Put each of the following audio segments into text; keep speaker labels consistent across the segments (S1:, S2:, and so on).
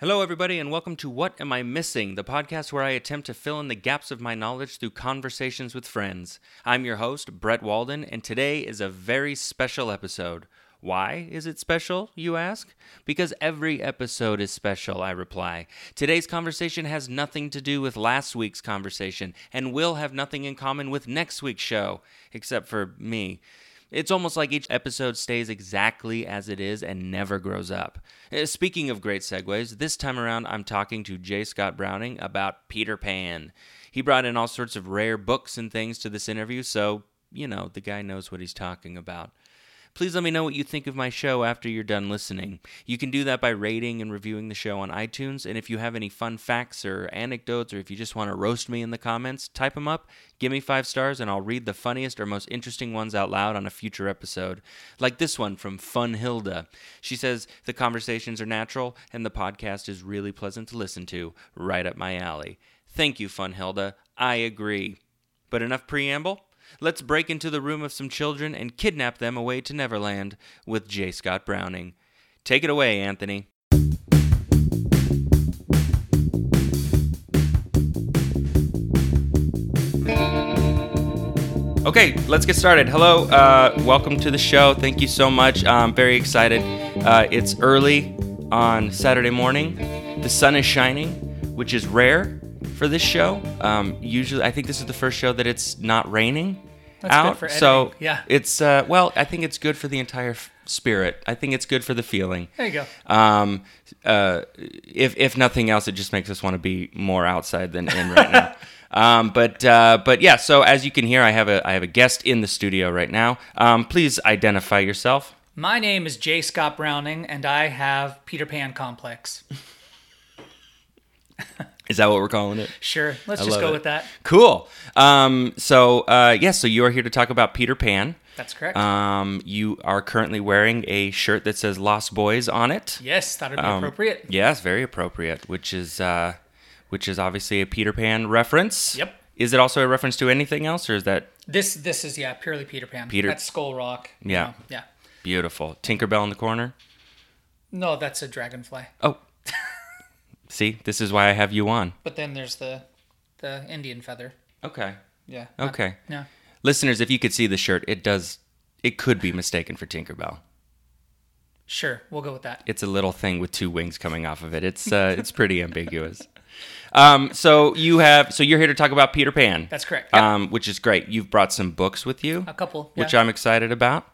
S1: Hello, everybody, and welcome to What Am I Missing, the podcast where I attempt to fill in the gaps of my knowledge through conversations with friends. I'm your host, Brett Walden, and today is a very special episode. Why is it special, you ask? Because every episode is special, I reply. Today's conversation has nothing to do with last week's conversation and will have nothing in common with next week's show, except for me. It's almost like each episode stays exactly as it is and never grows up. Uh, Speaking of great segues, this time around I'm talking to J. Scott Browning about Peter Pan. He brought in all sorts of rare books and things to this interview, so, you know, the guy knows what he's talking about. Please let me know what you think of my show after you're done listening. You can do that by rating and reviewing the show on iTunes. And if you have any fun facts or anecdotes, or if you just want to roast me in the comments, type them up, give me five stars, and I'll read the funniest or most interesting ones out loud on a future episode. Like this one from Fun Hilda. She says, The conversations are natural, and the podcast is really pleasant to listen to, right up my alley. Thank you, Fun Hilda. I agree. But enough preamble. Let's break into the room of some children and kidnap them away to Neverland with J. Scott Browning. Take it away, Anthony. Okay, let's get started. Hello, uh, welcome to the show. Thank you so much. I'm very excited. Uh, it's early on Saturday morning. The sun is shining, which is rare for this show. Um, usually, I think this is the first show that it's not raining
S2: That's
S1: out.
S2: good for
S1: so
S2: editing, yeah.
S1: it's uh, well, I think it's good for the entire f- spirit. I think it's good for the feeling.
S2: There you go.
S1: Um, uh, if if nothing else, it just makes us want to be more outside than in right now. Um, but uh, but yeah. So as you can hear, I have a I have a guest in the studio right now. Um, please identify yourself.
S2: My name is J. Scott Browning, and I have Peter Pan complex.
S1: Is that what we're calling it?
S2: Sure, let's
S1: I
S2: just
S1: love
S2: go
S1: it.
S2: with that.
S1: Cool. Um, so uh, yes. so you are here to talk about Peter Pan.
S2: That's correct.
S1: Um, you are currently wearing a shirt that says Lost Boys on it.
S2: yes, that would be
S1: um,
S2: appropriate.
S1: Yes, very appropriate. Which is uh, which is obviously a Peter Pan reference.
S2: Yep.
S1: Is it also a reference to anything else, or is that
S2: This this is yeah purely Peter Pan.
S1: Peter-
S2: That's Skull Rock. you
S1: Yeah.
S2: know, yeah.
S1: beautiful? Tinkerbell in the corner.
S2: No, that's a dragonfly.
S1: Oh, see, this is why I have you on.
S2: But then there's the the Indian feather.
S1: Okay.
S2: Yeah. not-
S1: Okay.
S2: yeah.
S1: Listeners, if you could see the shirt, it does. It could be mistaken for Tinkerbell.
S2: Sure, we'll go with that.
S1: It's a little thing with two wings coming off of it. It's uh, it's pretty ambiguous. Um, so you have so you're here to talk about Peter Pan.
S2: That's correct. Yeah.
S1: Um, which is great. You've brought some books with you.
S2: a couple. Yeah.
S1: which I'm excited about.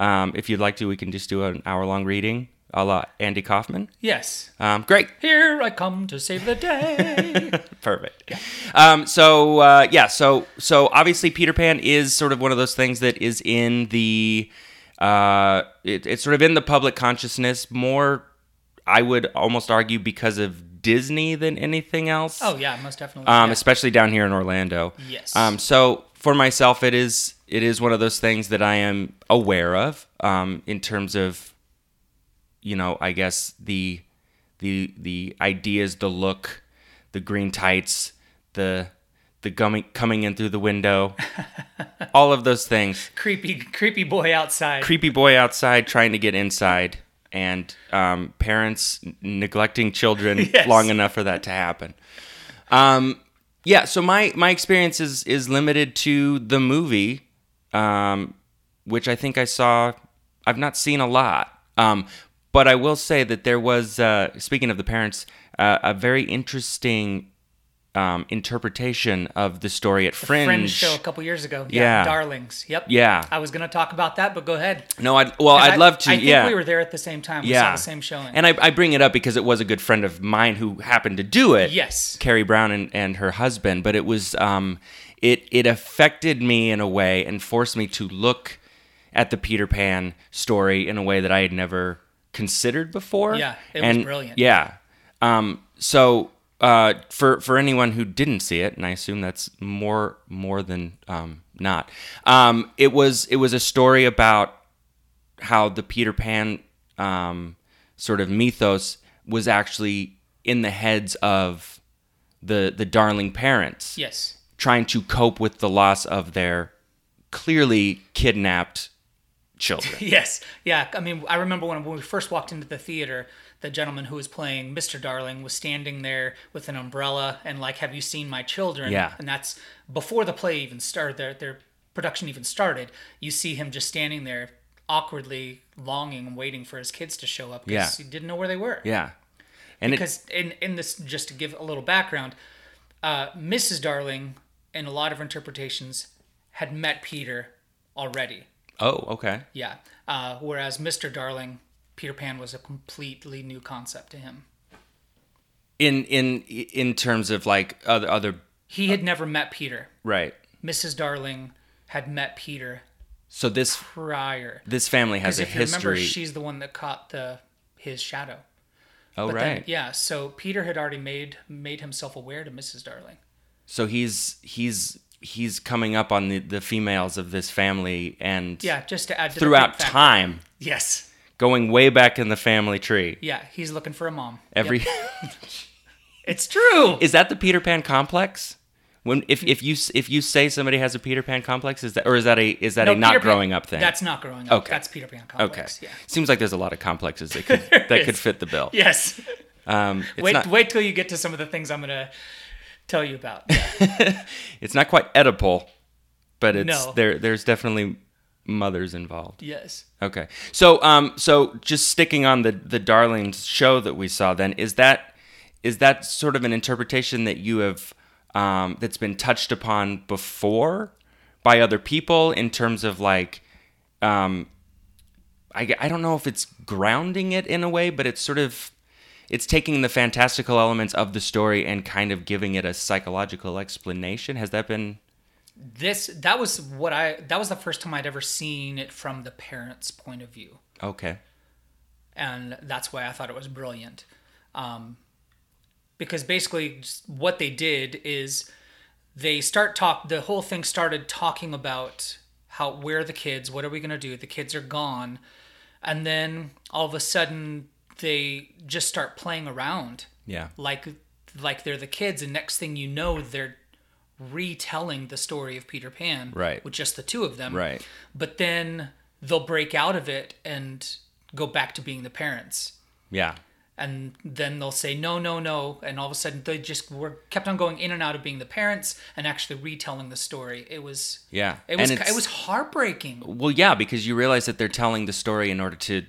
S1: Um, if you'd like to, we can just do an hour long reading a la Andy Kaufman.
S2: yes.
S1: Um, great.
S2: Here I come to save the day.
S1: Perfect. Um, so, uh, yeah, so, so obviously, Peter Pan is sort of one of those things that is in the, uh, it, it's sort of in the public consciousness more, I would almost argue, because of Disney than anything else.
S2: oh yeah, most definitely.
S1: um,
S2: yeah.
S1: especially down here in Orlando.
S2: Yes.
S1: Um, so for myself, it is it is one of those things that I am aware of um, in terms of, you know, I guess the the the ideas, the look, the green tights, the the gumming, coming in through the window, all of those things.
S2: creepy creepy boy outside.
S1: Creepy boy outside trying to get inside, and um, parents n- neglecting children
S2: Yes.
S1: long enough for that to happen. Um, yeah, so my my experience is is limited to the movie, um, which I think I saw. I've not seen a lot, um, but I will say that there was. Uh, speaking of the parents, uh, a very interesting um, interpretation of the story at Fringe.
S2: Fringe show a couple years ago.
S1: Yeah.
S2: Darlings. Yep.
S1: Yeah.
S2: I was going to talk about that, but go ahead.
S1: No, I'd, well, I'd
S2: I-
S1: love to.
S2: I think
S1: yeah,
S2: we were there at the same time. We saw the same showing.
S1: And I, I bring it up because it was a good friend of mine who happened to do it.
S2: Yes.
S1: Carrie Brown and, and her husband. But it was um it it affected me in a way and forced me to look at the Peter Pan story in a way that I had never considered before.
S2: Yeah, it was
S1: and,
S2: brilliant.
S1: Yeah. Um so uh, for for anyone who didn't see it, and I assume that's more more than um, not, um, it was it was a story about how the Peter Pan um, sort of mythos was actually in the heads of the the darling parents
S2: yes.
S1: trying to cope with the loss of their clearly kidnapped children.
S2: Yes. Yeah. I mean, I remember when, when we first walked into the theater, the gentleman who was playing Mr. Darling was standing there with an umbrella and like, "Have you seen my children?"
S1: Yeah.
S2: and that's before the play even started. Their their production even started. You see him just standing there awkwardly longing and waiting for his kids to show up
S1: Yeah.
S2: because he didn't know where they were
S1: Yeah. And it,
S2: because in in this just to give a little background uh mrs darling in a lot of interpretations had met peter already
S1: oh, okay.
S2: yeah uh whereas mr darling peter pan was a completely new concept to him
S1: In in in terms of like other other
S2: he
S1: Oh.
S2: had never met peter
S1: right.
S2: mrs darling had met peter
S1: So this
S2: prior
S1: this family has
S2: because
S1: a
S2: if you remember
S1: history.
S2: she's the one that caught the his shadow
S1: oh
S2: but
S1: right.
S2: then, yeah so peter had already made made himself aware to mrs darling
S1: So he's he's he's coming up on the, the females of this family and
S2: yeah just to add to the
S1: throughout
S2: creep factor.
S1: time,
S2: yes
S1: going way back in the family tree.
S2: Yeah, he's looking for a mom.
S1: Every
S2: It's true.
S1: is that the Peter Pan complex? When if, if you s- if you say somebody has a Peter Pan complex, is that or is that a is that a not growing up thing?
S2: That's not growing up.
S1: Okay.
S2: That's Peter Pan
S1: okay.
S2: complex. Yeah.
S1: Seems like there's a lot of complexes that could that could fit the bill.
S2: Yes.
S1: Um, it's
S2: Wait,
S1: not
S2: wait till you get to some of the things I'm gonna tell you about. Yeah.
S1: it's not quite Oedipal, but it's
S2: No.
S1: there. There's definitely mothers involved.
S2: yes.
S1: Okay. So um so just sticking on the the Darlings show that we saw then is that is that sort of an interpretation that you have um that's been touched upon before by other people in terms of like um I g- I don't know if it's grounding it in a way but it's sort of it's taking the fantastical elements of the story and kind of giving it a psychological explanation. Has that been
S2: This that was what I that was the first time I'd ever seen it from the parents' point of view.
S1: okay?
S2: and that's why I thought it was brilliant. Um, because basically, just what they did is they start talk. The whole thing started talking about how where are the kids? What are we gonna do? The kids are gone, and then all of a sudden they just start playing around
S1: Yeah.
S2: like like they're the kids and next thing you know they're retelling the story of Peter Pan
S1: Right.
S2: with just the two of them
S1: Right.
S2: but then they'll break out of it and go back to being the parents
S1: Yeah.
S2: and then they'll say no no no and all of a sudden they just were kept on going in and out of being the parents and actually retelling the story it was
S1: Yeah.
S2: it
S1: And
S2: was
S1: it's-
S2: it was heartbreaking
S1: Well, yeah, because you realize that they're telling the story in order to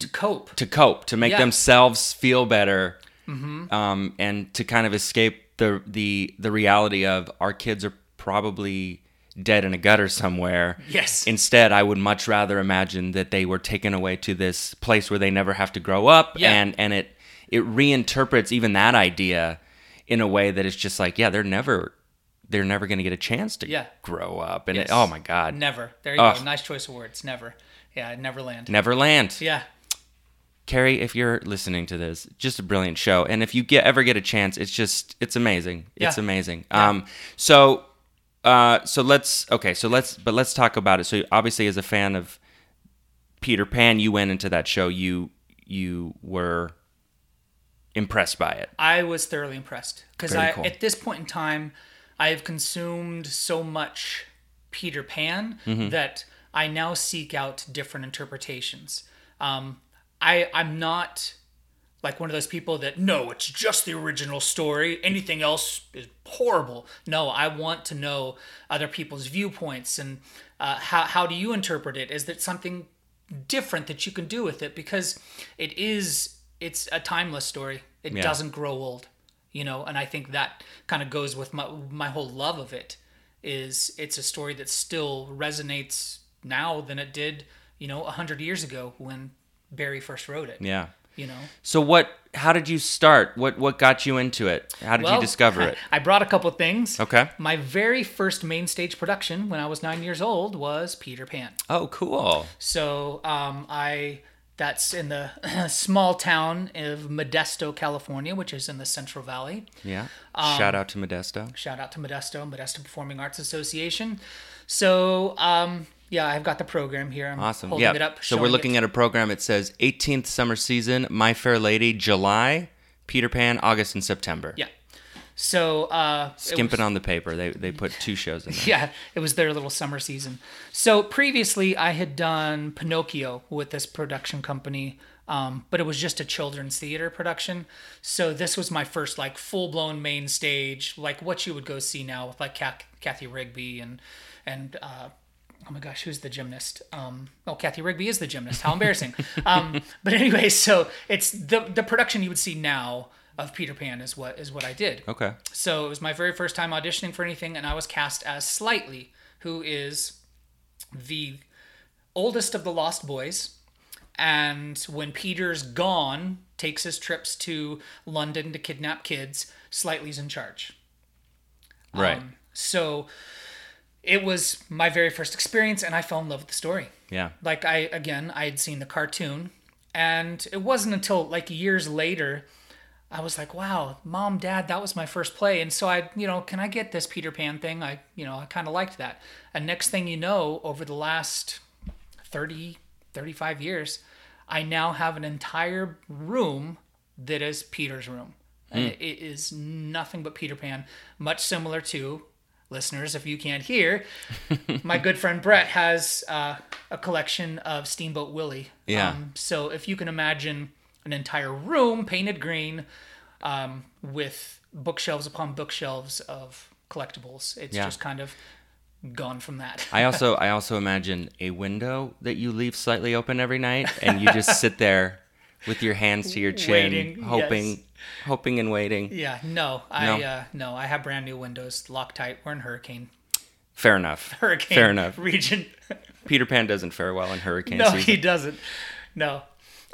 S2: to cope
S1: to cope, to make
S2: Yeah. Mm-hmm.
S1: themselves feel better, um, and to kind of escape the the the reality of our kids are probably dead in a gutter somewhere.
S2: Yes.
S1: Instead, I would much rather imagine that they were taken away to this place where they never have to grow up,
S2: Yeah.
S1: and and it it reinterprets even that idea in a way that it's just like, yeah, they're never they're never going to get a chance to
S2: Yeah.
S1: grow up, and
S2: Yes.
S1: it, oh my god,
S2: never there you
S1: Ugh.
S2: go nice choice of words never yeah neverland
S1: never land.
S2: yeah
S1: Carrie, if you're listening to this, just a brilliant show. And if you get ever get a chance, it's just it's amazing. It's
S2: Yeah.
S1: amazing. Um so uh so let's okay, so let's but let's talk about it. So obviously as a fan of Peter Pan, you went into that show, you you were impressed by it.
S2: I was thoroughly impressed because
S1: Very
S2: I
S1: cool.
S2: at this point in time I have consumed so much Peter Pan
S1: Mm-hmm.
S2: that I now seek out different interpretations. Um, I I'm not like one of those people that no, it's just the original story. Anything else is horrible. No, I want to know other people's viewpoints and uh, how how do you interpret it? Is there something different that you can do with it? Because it is it's a timeless story. It doesn't grow old, you know. And I think that kind of goes with my my whole love of it. Is it's a story that still resonates now than it did, you know, a hundred years ago when Barry first wrote it.
S1: Yeah.
S2: You know.
S1: So what how did you start? What what got you into it? How did
S2: Well,
S1: you discover it?
S2: I brought a couple things.
S1: Okay.
S2: My very first main stage production when I was nine years old was Peter Pan.
S1: Oh, cool.
S2: So um, I that's in the small town of Modesto, California, which is in the Central Valley.
S1: Yeah. Shout out to Modesto.
S2: Shout out to Modesto, Modesto Performing Arts Association. So um, yeah, I've got the program here. I'm
S1: Awesome.
S2: holding
S1: Yeah.
S2: it up.
S1: so
S2: showing
S1: we're
S2: it
S1: looking at a program. It says 18th summer season, My Fair Lady, July, Peter Pan, August and September.
S2: Yeah. So uh, it
S1: Skimping on the paper. They they put two shows in there.
S2: yeah, it was their little summer season. So previously, I had done Pinocchio with this production company um, but it was just a children's theater production. So this was my first like full blown main stage, like what you would go see now with like Kath- Kathy Rigby and and uh, oh my gosh, who's the gymnast? Um, oh, Kathy Rigby is the gymnast. How embarrassing! um, but anyway, so it's the the production you would see now of Peter Pan is what is what I did.
S1: Okay.
S2: So it was my very first time auditioning for anything, and I was cast as Slightly, who is the oldest of the Lost Boys. And when Peter's gone, takes his trips to London to kidnap kids, Slightly's in charge.
S1: Right.
S2: Um, so it was my very first experience, and I fell in love with the story
S1: yeah.
S2: like i again i had seen the cartoon and it wasn't until like years later i was like wow mom dad that was my first play and so i you know can i get this peter pan thing i you know i kind of liked that and next thing you know over the last 30 35 years i now have an entire room that is peter's room
S1: Hmm.
S2: and it- it is nothing but peter pan much similar to listeners if you can't hear my good friend Brett has uh, a collection of Steamboat Willie. Um,
S1: Yeah.
S2: so if you can imagine an entire room painted green um, with bookshelves upon bookshelves of collectibles, it's
S1: Yeah.
S2: just kind of gone from that.
S1: I also I also imagine a window that you leave slightly open every night and you just sit there with your hands to your chin
S2: Waiting,
S1: hoping
S2: yes.
S1: hoping and waiting.
S2: yeah, no, I
S1: No.
S2: no. Uh, no, I have brand new windows, Loctite. We're in hurricane
S1: Fair enough.
S2: hurricane
S1: Fair enough.
S2: region.
S1: Peter Pan doesn't fare well in hurricane
S2: no,
S1: season.
S2: he doesn't. No.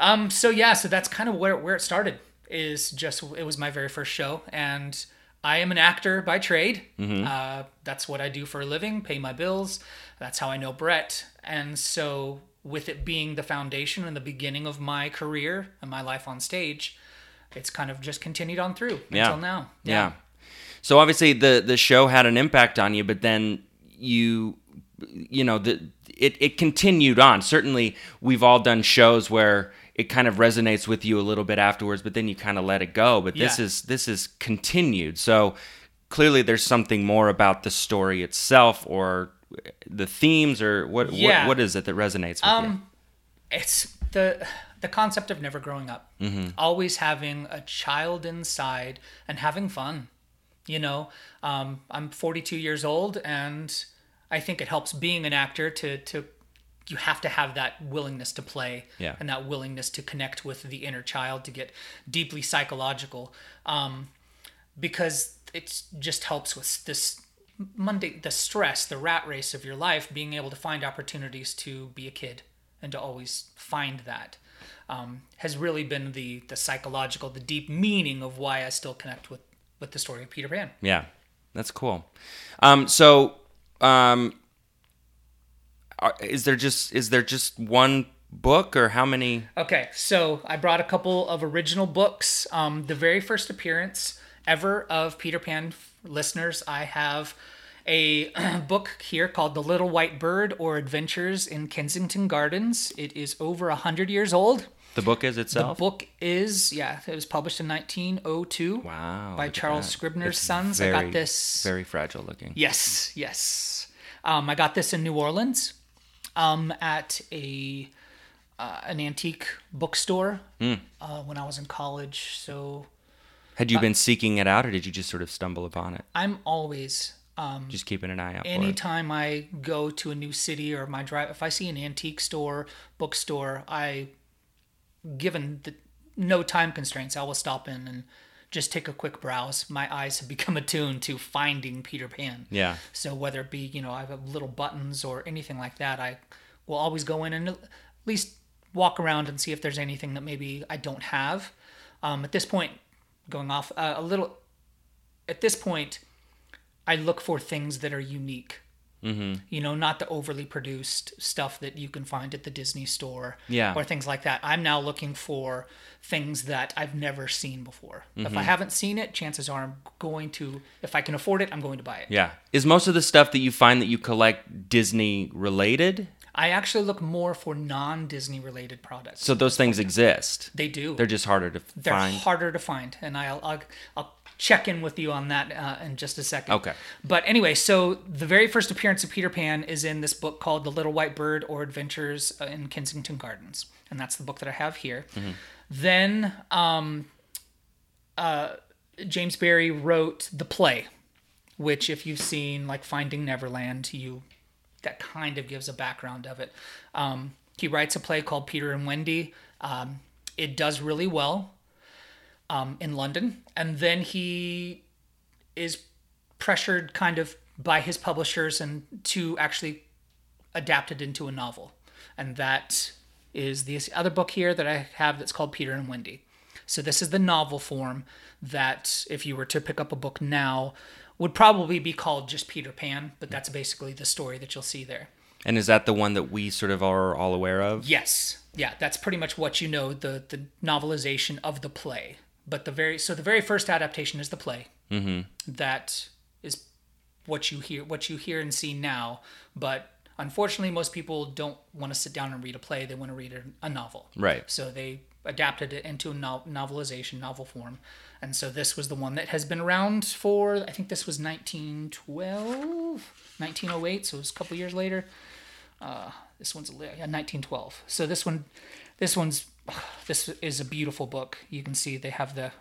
S2: Um. So yeah. So that's kind of where where it started. Is just it was my very first show, and I am an actor by trade.
S1: Mm-hmm.
S2: Uh, that's what I do for a living. Pay my bills. That's how I know Brett. And so with it being the foundation and the beginning of my career and my life on stage, it's kind of just continued on through
S1: Yeah.
S2: until now.
S1: Yeah. So obviously the the show had an impact on you, but then you you know the it it continued on. Certainly we've all done shows where it kind of resonates with you a little bit afterwards, but then you kind of let it go. But this
S2: Yeah.
S1: is this is continued. So clearly there's something more about the story itself or the themes or what
S2: Yeah. Um,
S1: what, what is it that resonates with you?
S2: it's the the concept of never growing up always having a child inside and having fun you know um, i'm 42 years old and i think it helps being an actor to to you have to have that willingness to play
S1: Yeah.
S2: and that willingness to connect with the inner child to get deeply psychological um, because it just helps with this Monday, the stress, the rat race of your life, being able to find opportunities to be a kid and to always find that um, has really been the the psychological, the deep meaning of why I still connect with with the story of Peter Pan.
S1: Yeah, that's cool. Um, so, um, are- is there just is there just one book or how many?
S2: Okay, so I brought a couple of original books. Um, the very first appearance ever of Peter Pan f- listeners, I have a book here called The Little White Bird or Adventures in Kensington Gardens. It is over 100 years old.
S1: The book is itself.
S2: Book is, yeah, it was published in 1902
S1: wow.
S2: by
S1: look at
S2: Charles
S1: that.
S2: Scribner's
S1: It's
S2: Sons. I
S1: very-
S2: got this.
S1: Very fragile looking.
S2: Yes, yes. Um, I got this in New Orleans um, at a uh, an antique bookstore uh, when I was in college. So
S1: Had you
S2: Uh,
S1: been seeking it out, or did you just sort of stumble upon it?
S2: I'm always um,
S1: Just keeping an eye out for it.
S2: anytime I go to a new city or my drive, if I see an antique store, bookstore, I, given the no time constraints, I will stop in and just take a quick browse. My eyes have become attuned to finding Peter Pan.
S1: Yeah.
S2: So whether it be you know I have little buttons or anything like that, I will always go in and at least walk around and see if there's anything that maybe I don't have. Um, at this point, going off uh, a little. At this point, I look for things that are unique. Mm-hmm. You know, not the overly produced stuff that you can find at the Disney store
S1: Yeah.
S2: or things like that. I'm now looking for things that I've never seen before.
S1: Mm-hmm.
S2: If I haven't seen it, chances are I'm going to, if I can afford it, I'm going to buy it.
S1: Yeah. Is most of the stuff that you find that you collect Disney related?
S2: I actually look more for non Disney related products.
S1: So those things exist.
S2: They do.
S1: They're just harder to
S2: They're
S1: find.
S2: harder to find, and I'll I'll, I'll check in with you on that uh, in just a second.
S1: Okay.
S2: But anyway, so the very first appearance of Peter Pan is in this book called The Little White Bird or Adventures uh, in Kensington Gardens, and that's the book that I have here. Then um, uh, James Barry wrote the play, which if you've seen like Finding Neverland, you that kind of gives a background of it. Um, he writes a play called Peter and Wendy. Um, it does really well um, in London, and then he is pressured kind of by his publishers and to actually adapt it into a novel, and that is this other book here that I have that's called Peter and Wendy. So this is the novel form that if you were to pick up a book now would probably be called just Peter Pan, but that's basically the story that you'll see there.
S1: and is that the one that we sort of are all aware of?
S2: Yes. Yeah, that's pretty much what you know the the novelization of the play. But the very so the very first adaptation is the play. Mm-hmm. is what you hear what you hear and see now. But unfortunately, most people don't want to sit down and read a play. They want to read a, a novel.
S1: Right.
S2: So they adapted it into a no- novelization, novel form. And so this was the one that has been around for I think this was 1912, 1908. So it was a couple years later Uh, this one's a li- yeah, 1912 so this one this one's this is a beautiful book you can see they have the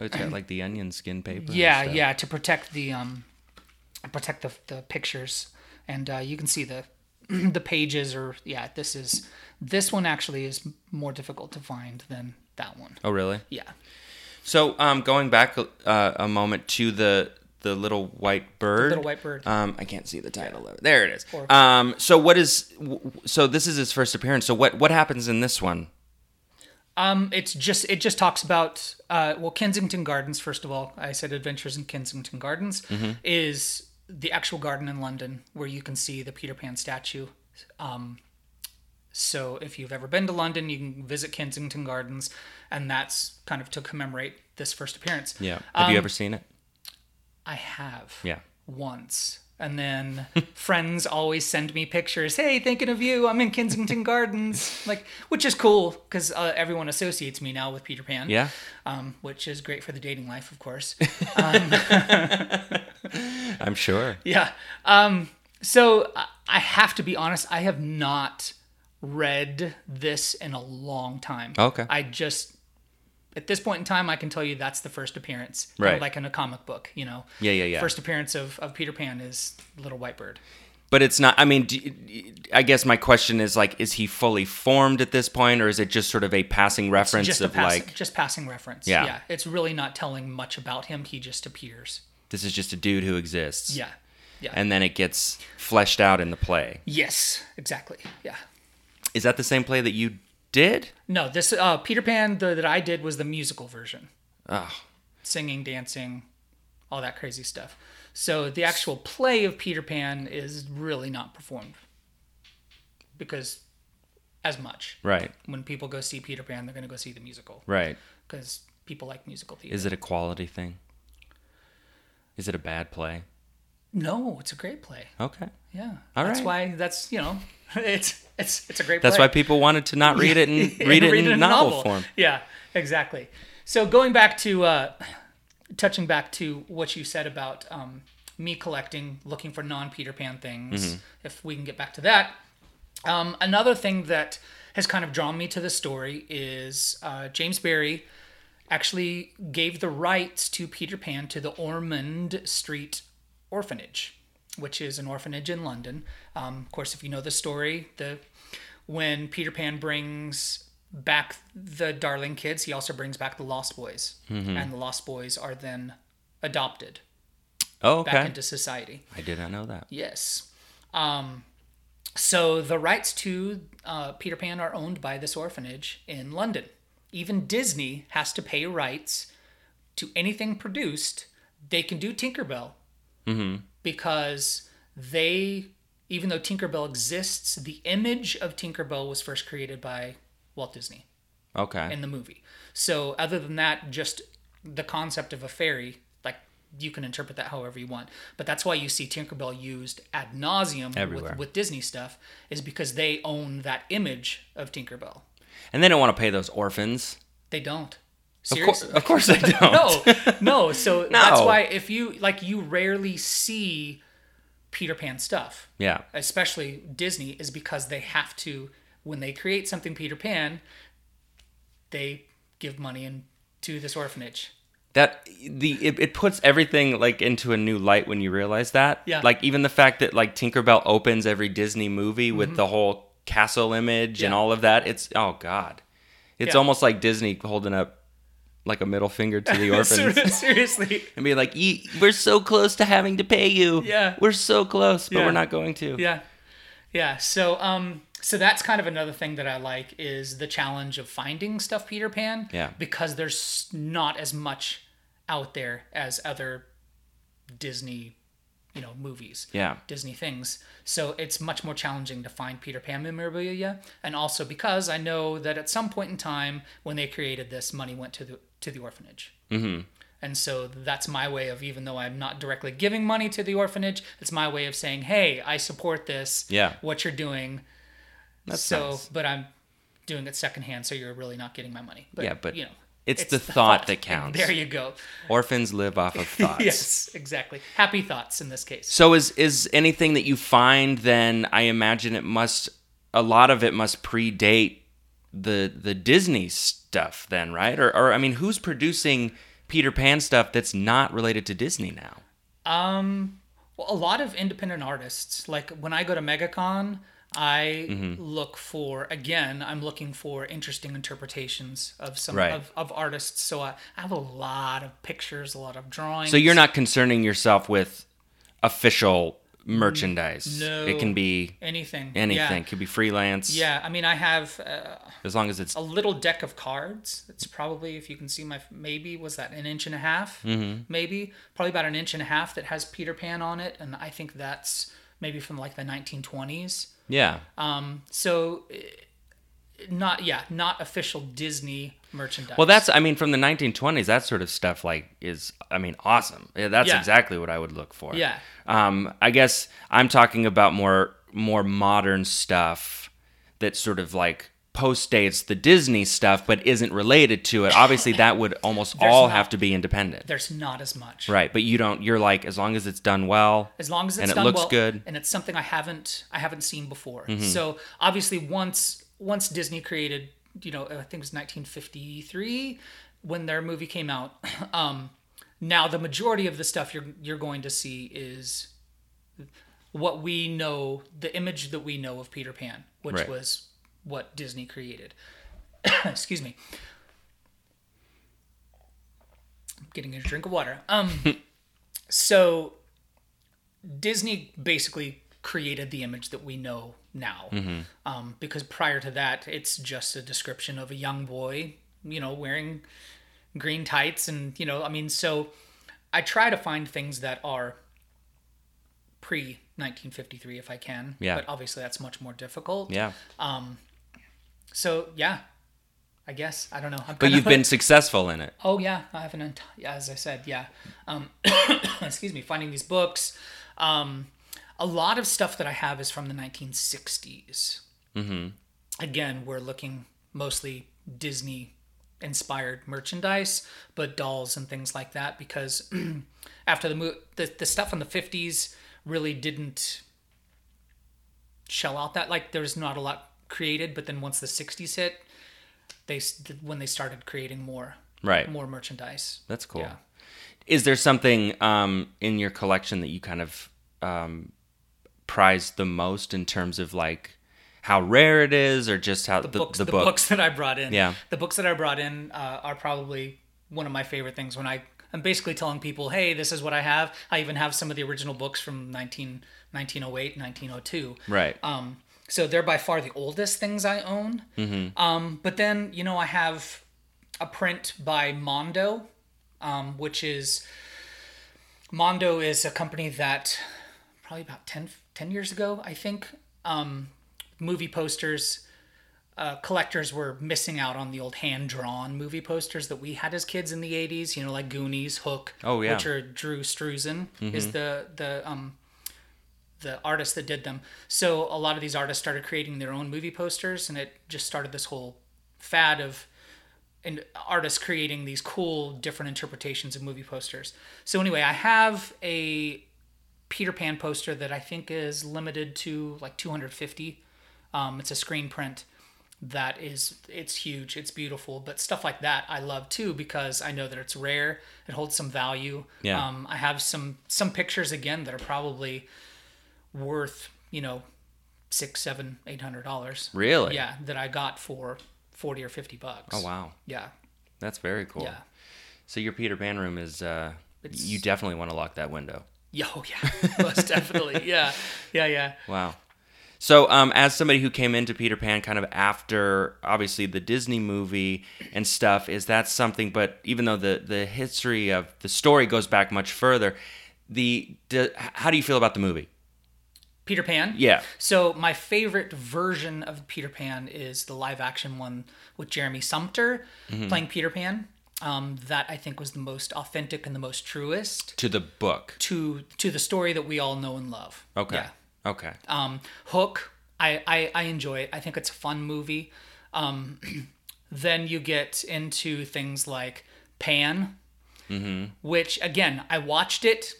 S1: Oh, it's got like the onion skin paper. and
S2: yeah
S1: stuff.
S2: yeah to protect the um protect the, the pictures and uh, you can see the the pages or yeah this is this one actually is more difficult to find than that one
S1: Oh, really?
S2: yeah
S1: So, um, going back uh, a moment to the the little white bird.
S2: Little White Bird.
S1: Um, I can't see the title of it. There it is. Um, so what is? w- w- So this is his first appearance. So what what happens in this one?
S2: Um, it's just it just talks about uh, well Kensington Gardens first of all. I said Adventures in Kensington Gardens is the actual garden in London where you can see the Peter Pan statue. Um, so if you've ever been to London, you can visit Kensington Gardens, and that's kind of to commemorate this first appearance. Um,
S1: Yeah. Have you ever seen it?
S2: I have
S1: Yeah.
S2: once. And then friends always send me pictures. Hey, thinking of you. I'm in Kensington Gardens, like, which is cool because uh, everyone associates me now with Peter Pan.
S1: Yeah.
S2: um, which is great for the dating life, of course.
S1: I'm sure.
S2: yeah. Um, so I- I have to be honest. I have not read this in a long time.
S1: Okay.
S2: I just at this point in time, I can tell you that's the first appearance, Kind of
S1: Right.
S2: Like in a comic book, you know.
S1: Yeah, yeah, yeah.
S2: First appearance of of Peter Pan is Little White Bird.
S1: But it's not. I mean, do, you- I guess my question is like, is he fully formed at this point, or is it just sort of a passing reference
S2: Just a
S1: of
S2: pass-
S1: like
S2: just passing reference.
S1: Yeah.
S2: yeah. It's really not telling much about him. He just appears.
S1: this is just a dude who exists?
S2: Yeah. Yeah.
S1: And then it gets fleshed out in the play.
S2: yes. Exactly. Yeah.
S1: Is that the same play that you did?
S2: No, this uh, Peter Pan the, that I did was the musical version.
S1: Oh,
S2: singing, dancing, all that crazy stuff. So the actual play of Peter Pan is really not performed because as much.
S1: right,
S2: When people go see Peter Pan, they're going to go see the musical
S1: right.
S2: because people like musical theater.
S1: Is it a quality thing? Is it a bad play?
S2: no, it's a great play.
S1: Okay.
S2: Yeah,
S1: All
S2: that's
S1: right.
S2: why that's you know it's it's it's a great.
S1: That's
S2: play.
S1: why people wanted to not read it and read it in novel, form.
S2: Yeah, exactly. So going back to uh, touching back to what you said about um, me collecting, looking for non Peter Pan things.
S1: Mm-hmm.
S2: If we can get back to that, um, another thing that has kind of drawn me to the story is uh, James Barry actually gave the rights to Peter Pan to the Ormond Street Orphanage, which is an orphanage in London. Um, of course, if you know the story, the when Peter Pan brings back the darling kids, he also brings back the Lost Boys, and the Lost Boys are then adopted
S1: Oh,
S2: back
S1: okay.
S2: into society.
S1: I did not know that.
S2: Yes. Um, so the rights to uh, Peter Pan are owned by this orphanage in London. Even Disney has to pay rights to anything produced. They can do Tinkerbell because they, even though Tinkerbell exists, the image of Tinkerbell was first created by Walt Disney
S1: Okay.
S2: in the movie. So other than that, just the concept of a fairy, like you can interpret that however you want. But that's why you see Tinkerbell used ad nauseum
S1: Everywhere.
S2: with, with Disney stuff, is because they own that image of Tinkerbell.
S1: And they don't want to pay those orphans.
S2: They don't.
S1: Of, cour-
S2: Seriously?
S1: of course they don't.
S2: no, no. So that's
S1: No.
S2: why if you like, you rarely see Peter Pan stuff,
S1: Yeah.
S2: especially Disney, is because they have to when they create something Peter Pan, they give money in to this orphanage.
S1: that the it, it puts everything like into a new light when you realize that
S2: Yeah.
S1: like even the fact that like tinkerbell opens every disney movie with the whole castle image and
S2: Mm-hmm. Yeah.
S1: all of that it's oh god it's
S2: Yeah.
S1: almost like disney holding up like a middle finger to the orphans
S2: Ser- Seriously,
S1: and being like "Ye- we're so close to having to pay you
S2: Yeah.
S1: we're so close but
S2: Yeah.
S1: we're not going to
S2: yeah, yeah. So um, so that's kind of another thing that I like is the challenge of finding stuff Peter Pan.
S1: Yeah.
S2: because there's not as much out there as other Disney, you know, movies.
S1: yeah
S2: Disney things. So it's much more challenging to find Peter Pan memorabilia, and also because I know that at some point in time when they created this, money went to the to the orphanage. Mm-hmm. And so that's my way of, even though I'm not directly giving money to the orphanage, it's my way of saying, hey, I support this.
S1: Yeah.
S2: What you're doing.
S1: That's
S2: so,
S1: nice.
S2: but I'm doing it secondhand, so you're really not getting my money. But,
S1: Yeah, but
S2: you know,
S1: it's the thought that
S2: And
S1: counts.
S2: There you go.
S1: orphans live off of thoughts
S2: Yes, exactly. Happy thoughts in this case.
S1: So is is anything that you find then I imagine it must a lot of it must predate the the Disney stuff then, right? Or or I mean who's producing Peter Pan stuff that's not related to Disney now?
S2: Um, well, a lot of independent artists. Like when I go to MegaCon, I
S1: Mm-hmm.
S2: look for again. I'm looking for interesting interpretations of some
S1: Right.
S2: of, of artists. So I, I have a lot of pictures, a lot of drawings.
S1: So you're not concerning yourself with official merchandise.
S2: No.
S1: It can be
S2: anything. Yeah.
S1: anything. It could be freelance.
S2: Yeah, I mean, I have uh,
S1: As long as it's
S2: a little deck of cards. It's probably, if you can see my, maybe was that an inch and a half? Mm-hmm. Maybe probably about an inch and a half that has Peter Pan on it, and I think that's maybe from like the 1920s.
S1: Yeah.
S2: Um, so eh, not yeah, not official Disney merchandise.
S1: Well, that's I mean from the 1920s that sort of stuff like is I mean awesome. Yeah, That's
S2: Yeah.
S1: exactly what I would look for.
S2: Yeah.
S1: Um I guess I'm talking about more more modern stuff that sort of like post dates the Disney stuff but isn't related to it. Obviously that would almost all
S2: not-
S1: have to be independent.
S2: there's not as much.
S1: Right, but you don't you're like as long as it's done well.
S2: As long as it's
S1: And it
S2: done
S1: looks
S2: well,
S1: good. Mm-hmm.
S2: and it's something I haven't I haven't seen before. So obviously once once Disney created, you know, I think it was 1953 when their movie came out. Um, now the majority of the stuff you're you're going to see is what we know, the image that we know of Peter Pan, which
S1: Right.
S2: was what Disney created. Excuse me. getting a drink of water. Um, so Disney basically created the image that we know now,
S1: Mm-hmm.
S2: um, because prior to that, it's just a description of a young boy, you know, wearing green tights, and you know, I mean, so I try to find things that are pre 1953 if I can.
S1: Yeah.
S2: But obviously, that's much more difficult.
S1: Yeah.
S2: So yeah, I guess I don't know. I'm
S1: But
S2: kind
S1: you've
S2: of-
S1: been successful in it.
S2: Oh yeah, I have an entire. As I said, yeah. Um, excuse me. Finding these books, um, a lot of stuff that I have is from the 1960s. Mm-hmm. Again, we're looking mostly Disney inspired merchandise, but dolls and things like that. Because after the mo- the the stuff in the 50s really didn't shell out that like there's not a lot created. But then once the 60s hit, they s- when they started creating more
S1: Right.
S2: more merchandise.
S1: That's cool.
S2: Yeah.
S1: Is there something um, in your collection that you kind of um, prize the most in terms of like how rare it is, or just how the, the,
S2: Books, the,
S1: book?
S2: books that I brought in.
S1: Yeah.
S2: The books that I brought in uh, are probably one of my favorite things when I I'm basically telling people, "Hey, this is what I have." I even have some of the original books from oh 19 1908, 1902.
S1: Right.
S2: Um, so they're by far the oldest things I own.
S1: Mm-hmm.
S2: Um, but then, you know, I have a print by Mondo, um, which is Mondo is a company that probably about 10, 10 years ago, I think, um, movie posters uh, collectors were missing out on the old hand drawn movie posters that we had as kids in the 80s, you know, like Goonies, Hook,
S1: Oh, yeah. Mm-hmm.
S2: which are Drew Struzan is the, the, um, the artist that did them. So a lot of these artists started creating their own movie posters, and it just started this whole fad of and artists creating these cool different interpretations of movie posters. So anyway, I have a Peter Pan poster that I think is limited to like 250. Um, it's a screen print that is it's huge, it's beautiful, but stuff like that I love too because I know that it's rare. It holds some value.
S1: Yeah.
S2: Um, I have some some pictures again that are probably worth you know six, seven, eight hundred dollars.
S1: Really?
S2: Yeah, that I got for forty or fifty bucks.
S1: Oh, wow.
S2: Yeah.
S1: That's very cool.
S2: Yeah.
S1: So your Peter Pan room is uh you definitely want to lock that window.
S2: Yeah, oh yeah, most definitely. Yeah, yeah, yeah.
S1: Wow. So, um, as somebody who came into Peter Pan kind of after, obviously, the Disney movie and stuff, is that something? But even though the the history of the story goes back much further, the, d how do you feel about the movie?
S2: Peter Pan.
S1: Yeah.
S2: So my favorite version of Peter Pan is the live action one with Jeremy Sumpter playing Peter Pan. Um, that I think was the most authentic and the most truest
S1: To the book.
S2: to to the story that we all know and love.
S1: Okay.
S2: Yeah.
S1: Okay.
S2: Um, Hook, I, I I enjoy it. I think it's a fun movie. Um, then you get into things like Pan, which again I watched it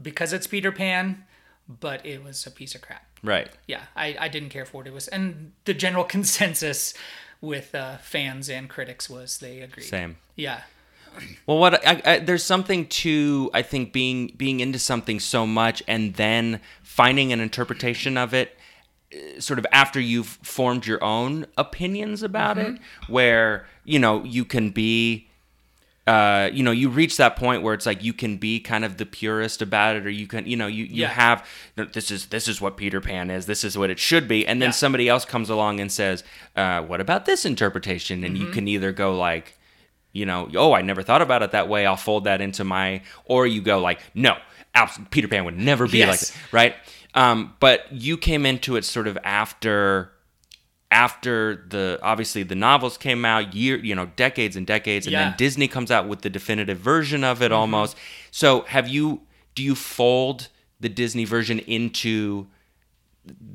S2: because it's Peter Pan, but it was a piece of crap.
S1: Right.
S2: Yeah, I, I didn't care for it. It was, and the general consensus with uh, fans and critics was they agreed.
S1: Same.
S2: Yeah,
S1: Well, what I, I, there's something to I think being being into something so much and then finding an interpretation of it, eh, sort of after you've formed your own opinions about it, where you know you can be. Uh, you know, you reach that point where it's like you can be kind of the purist about it, or you can, you know, you, you
S2: Yeah.
S1: have no, this is this is what Peter Pan is, this is what it should be, and then
S2: Yeah.
S1: somebody else comes along and says, uh, "What about this interpretation?" And
S2: Mm-hmm.
S1: you can either go like, you know, oh, I never thought about it that way. I'll fold that into my, or you go like, no, abs- Peter Pan would never be like
S2: Yes.
S1: that, right? Um, but you came into it sort of after, after the obviously the novels came out, year, you know, decades and decades, and
S2: Yeah. Mm-hmm.
S1: then Disney comes out with the definitive version of it almost. So have you? Do you fold the Disney version into?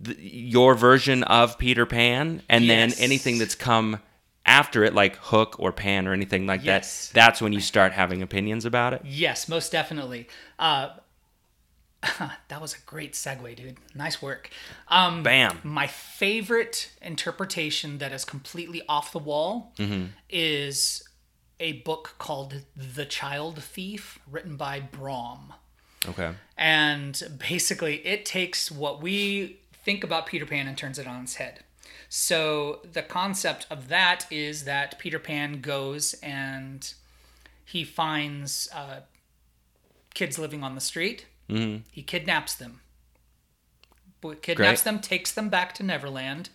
S1: th- your version of Peter Pan, and
S2: Yes.
S1: then anything that's come after it, like Hook or Pan or anything like
S2: Yes.
S1: that, that's when you start having opinions about it.
S2: yes, most definitely. Uh, that was a great segue, dude. Nice work. Um,
S1: Bam.
S2: My favorite interpretation that is completely off the wall is a book called The Child Thief, written by Brom.
S1: Okay.
S2: And basically, it takes what we think about Peter Pan and turns it on its head. So, the concept of that is that Peter Pan goes and he finds uh, kids living on the street. Mm-hmm. He kidnaps them. Bo- Kidnaps
S1: Great.
S2: them, takes them back to Neverland.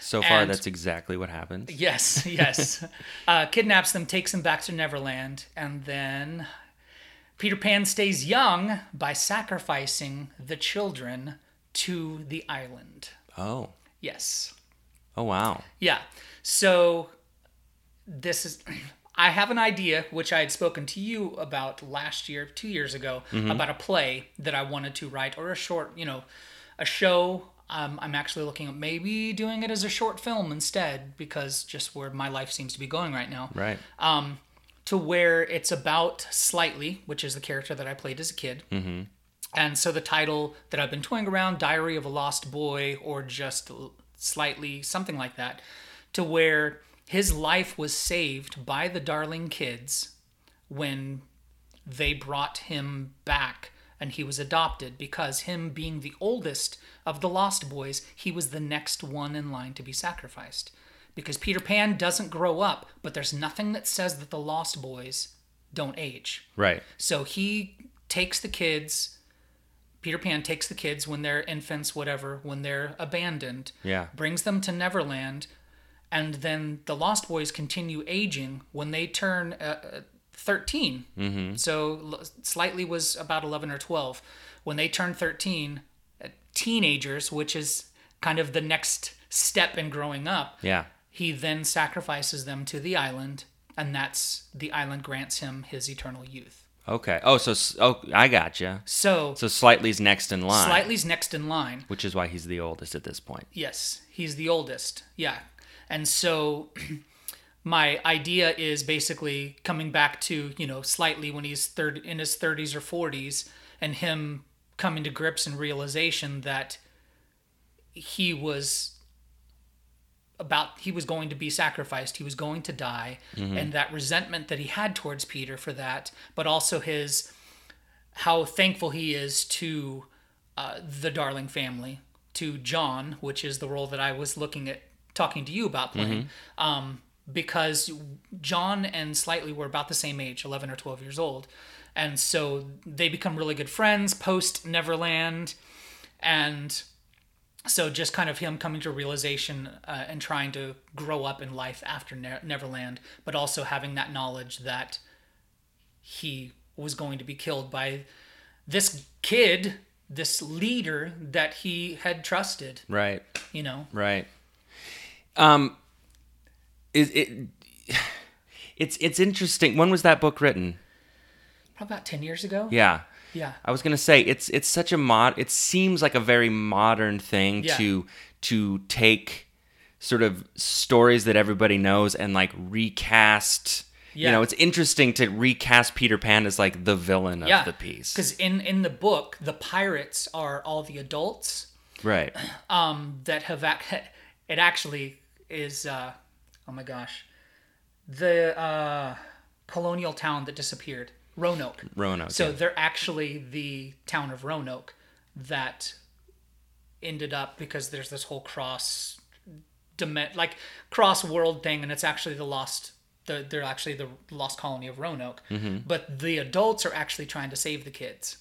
S1: So far,
S2: And-
S1: that's exactly what happens.
S2: Yes, yes. uh, kidnaps them, takes them back to Neverland, and then Peter Pan stays young by sacrificing the children to the island.
S1: Oh.
S2: Yes.
S1: Oh, wow.
S2: Yeah. So this is I have an idea which I had spoken to you about last year, 2 years ago, about a play that I wanted to write or a short, you know, a show. Um, I'm actually looking at maybe doing it as a short film instead because just where my life seems to be going right now
S1: Right.
S2: to where it's about Slightly, which is the character that I played as a kid. Mm-hmm. And so the title that I've been toying around, Diary of a Lost Boy, or just L- Slightly, something like that, to where his life was saved by the Darling Kids when they brought him back and he was adopted because him being the oldest of the lost boys he was the next one in line to be sacrificed because peter pan doesn't grow up but there's nothing that says that the lost boys don't age
S1: right.
S2: so he takes the kids peter pan takes the kids when they're infants whatever when they're abandoned
S1: Yeah.
S2: brings them to Neverland, and then the Lost Boys continue aging when they turn uh, uh, 13. Mm-hmm. So l- slightly was about 11 or 12. When they turn 13, uh, teenagers, which is kind of the next step in growing up.
S1: Yeah.
S2: He then sacrifices them to the island, and that's the island grants him his eternal youth.
S1: Okay. Oh, so s- oh, I gotcha.
S2: So,
S1: So Slightly's next in line,
S2: Slightly's next in line.
S1: which is why he's the oldest at this point.
S2: Yes, he's the oldest. Yeah. And so my idea is basically coming back to, you know, slightly when he's third in his 30s or 40s and him coming to grips and realization that he was about he was going to be sacrificed he was going to die and that resentment that he had towards peter for that but also his how thankful he is to uh, the Darling family, to John, which is the role that I was looking at talking to you about playing, um, because John and Slightly were about the same age, 11 or 12 years old. And so they become really good friends post Neverland. And so just kind of him coming to realization uh, and trying to grow up in life after ne- Neverland, but also having that knowledge that he was going to be killed by this kid, this leader that he had trusted,
S1: Right.
S2: you know.
S1: Right. Um is it it's it's interesting. When was that book written?
S2: Probably about 10 years ago.
S1: Yeah.
S2: Yeah.
S1: I was gonna say it's it's such a mod. It seems like a very modern thing
S2: Yeah.
S1: to to take sort of stories that everybody knows and like recast. You
S2: Yeah.
S1: know, it's interesting to recast Peter Pan as like the villain of
S2: Yeah.
S1: the piece,
S2: Cuz in in the book, the pirates are all the adults
S1: right?
S2: um that have ac- it actually is uh oh my gosh. The uh colonial town that disappeared, Roanoke.
S1: Roanoke.
S2: So
S1: yeah.
S2: they're actually the town of Roanoke that ended up because there's this whole cross dimen- like cross world thing and it's actually the lost the, they're actually the lost colony of Roanoke.
S1: Mm-hmm.
S2: But the adults are actually trying to save the kids.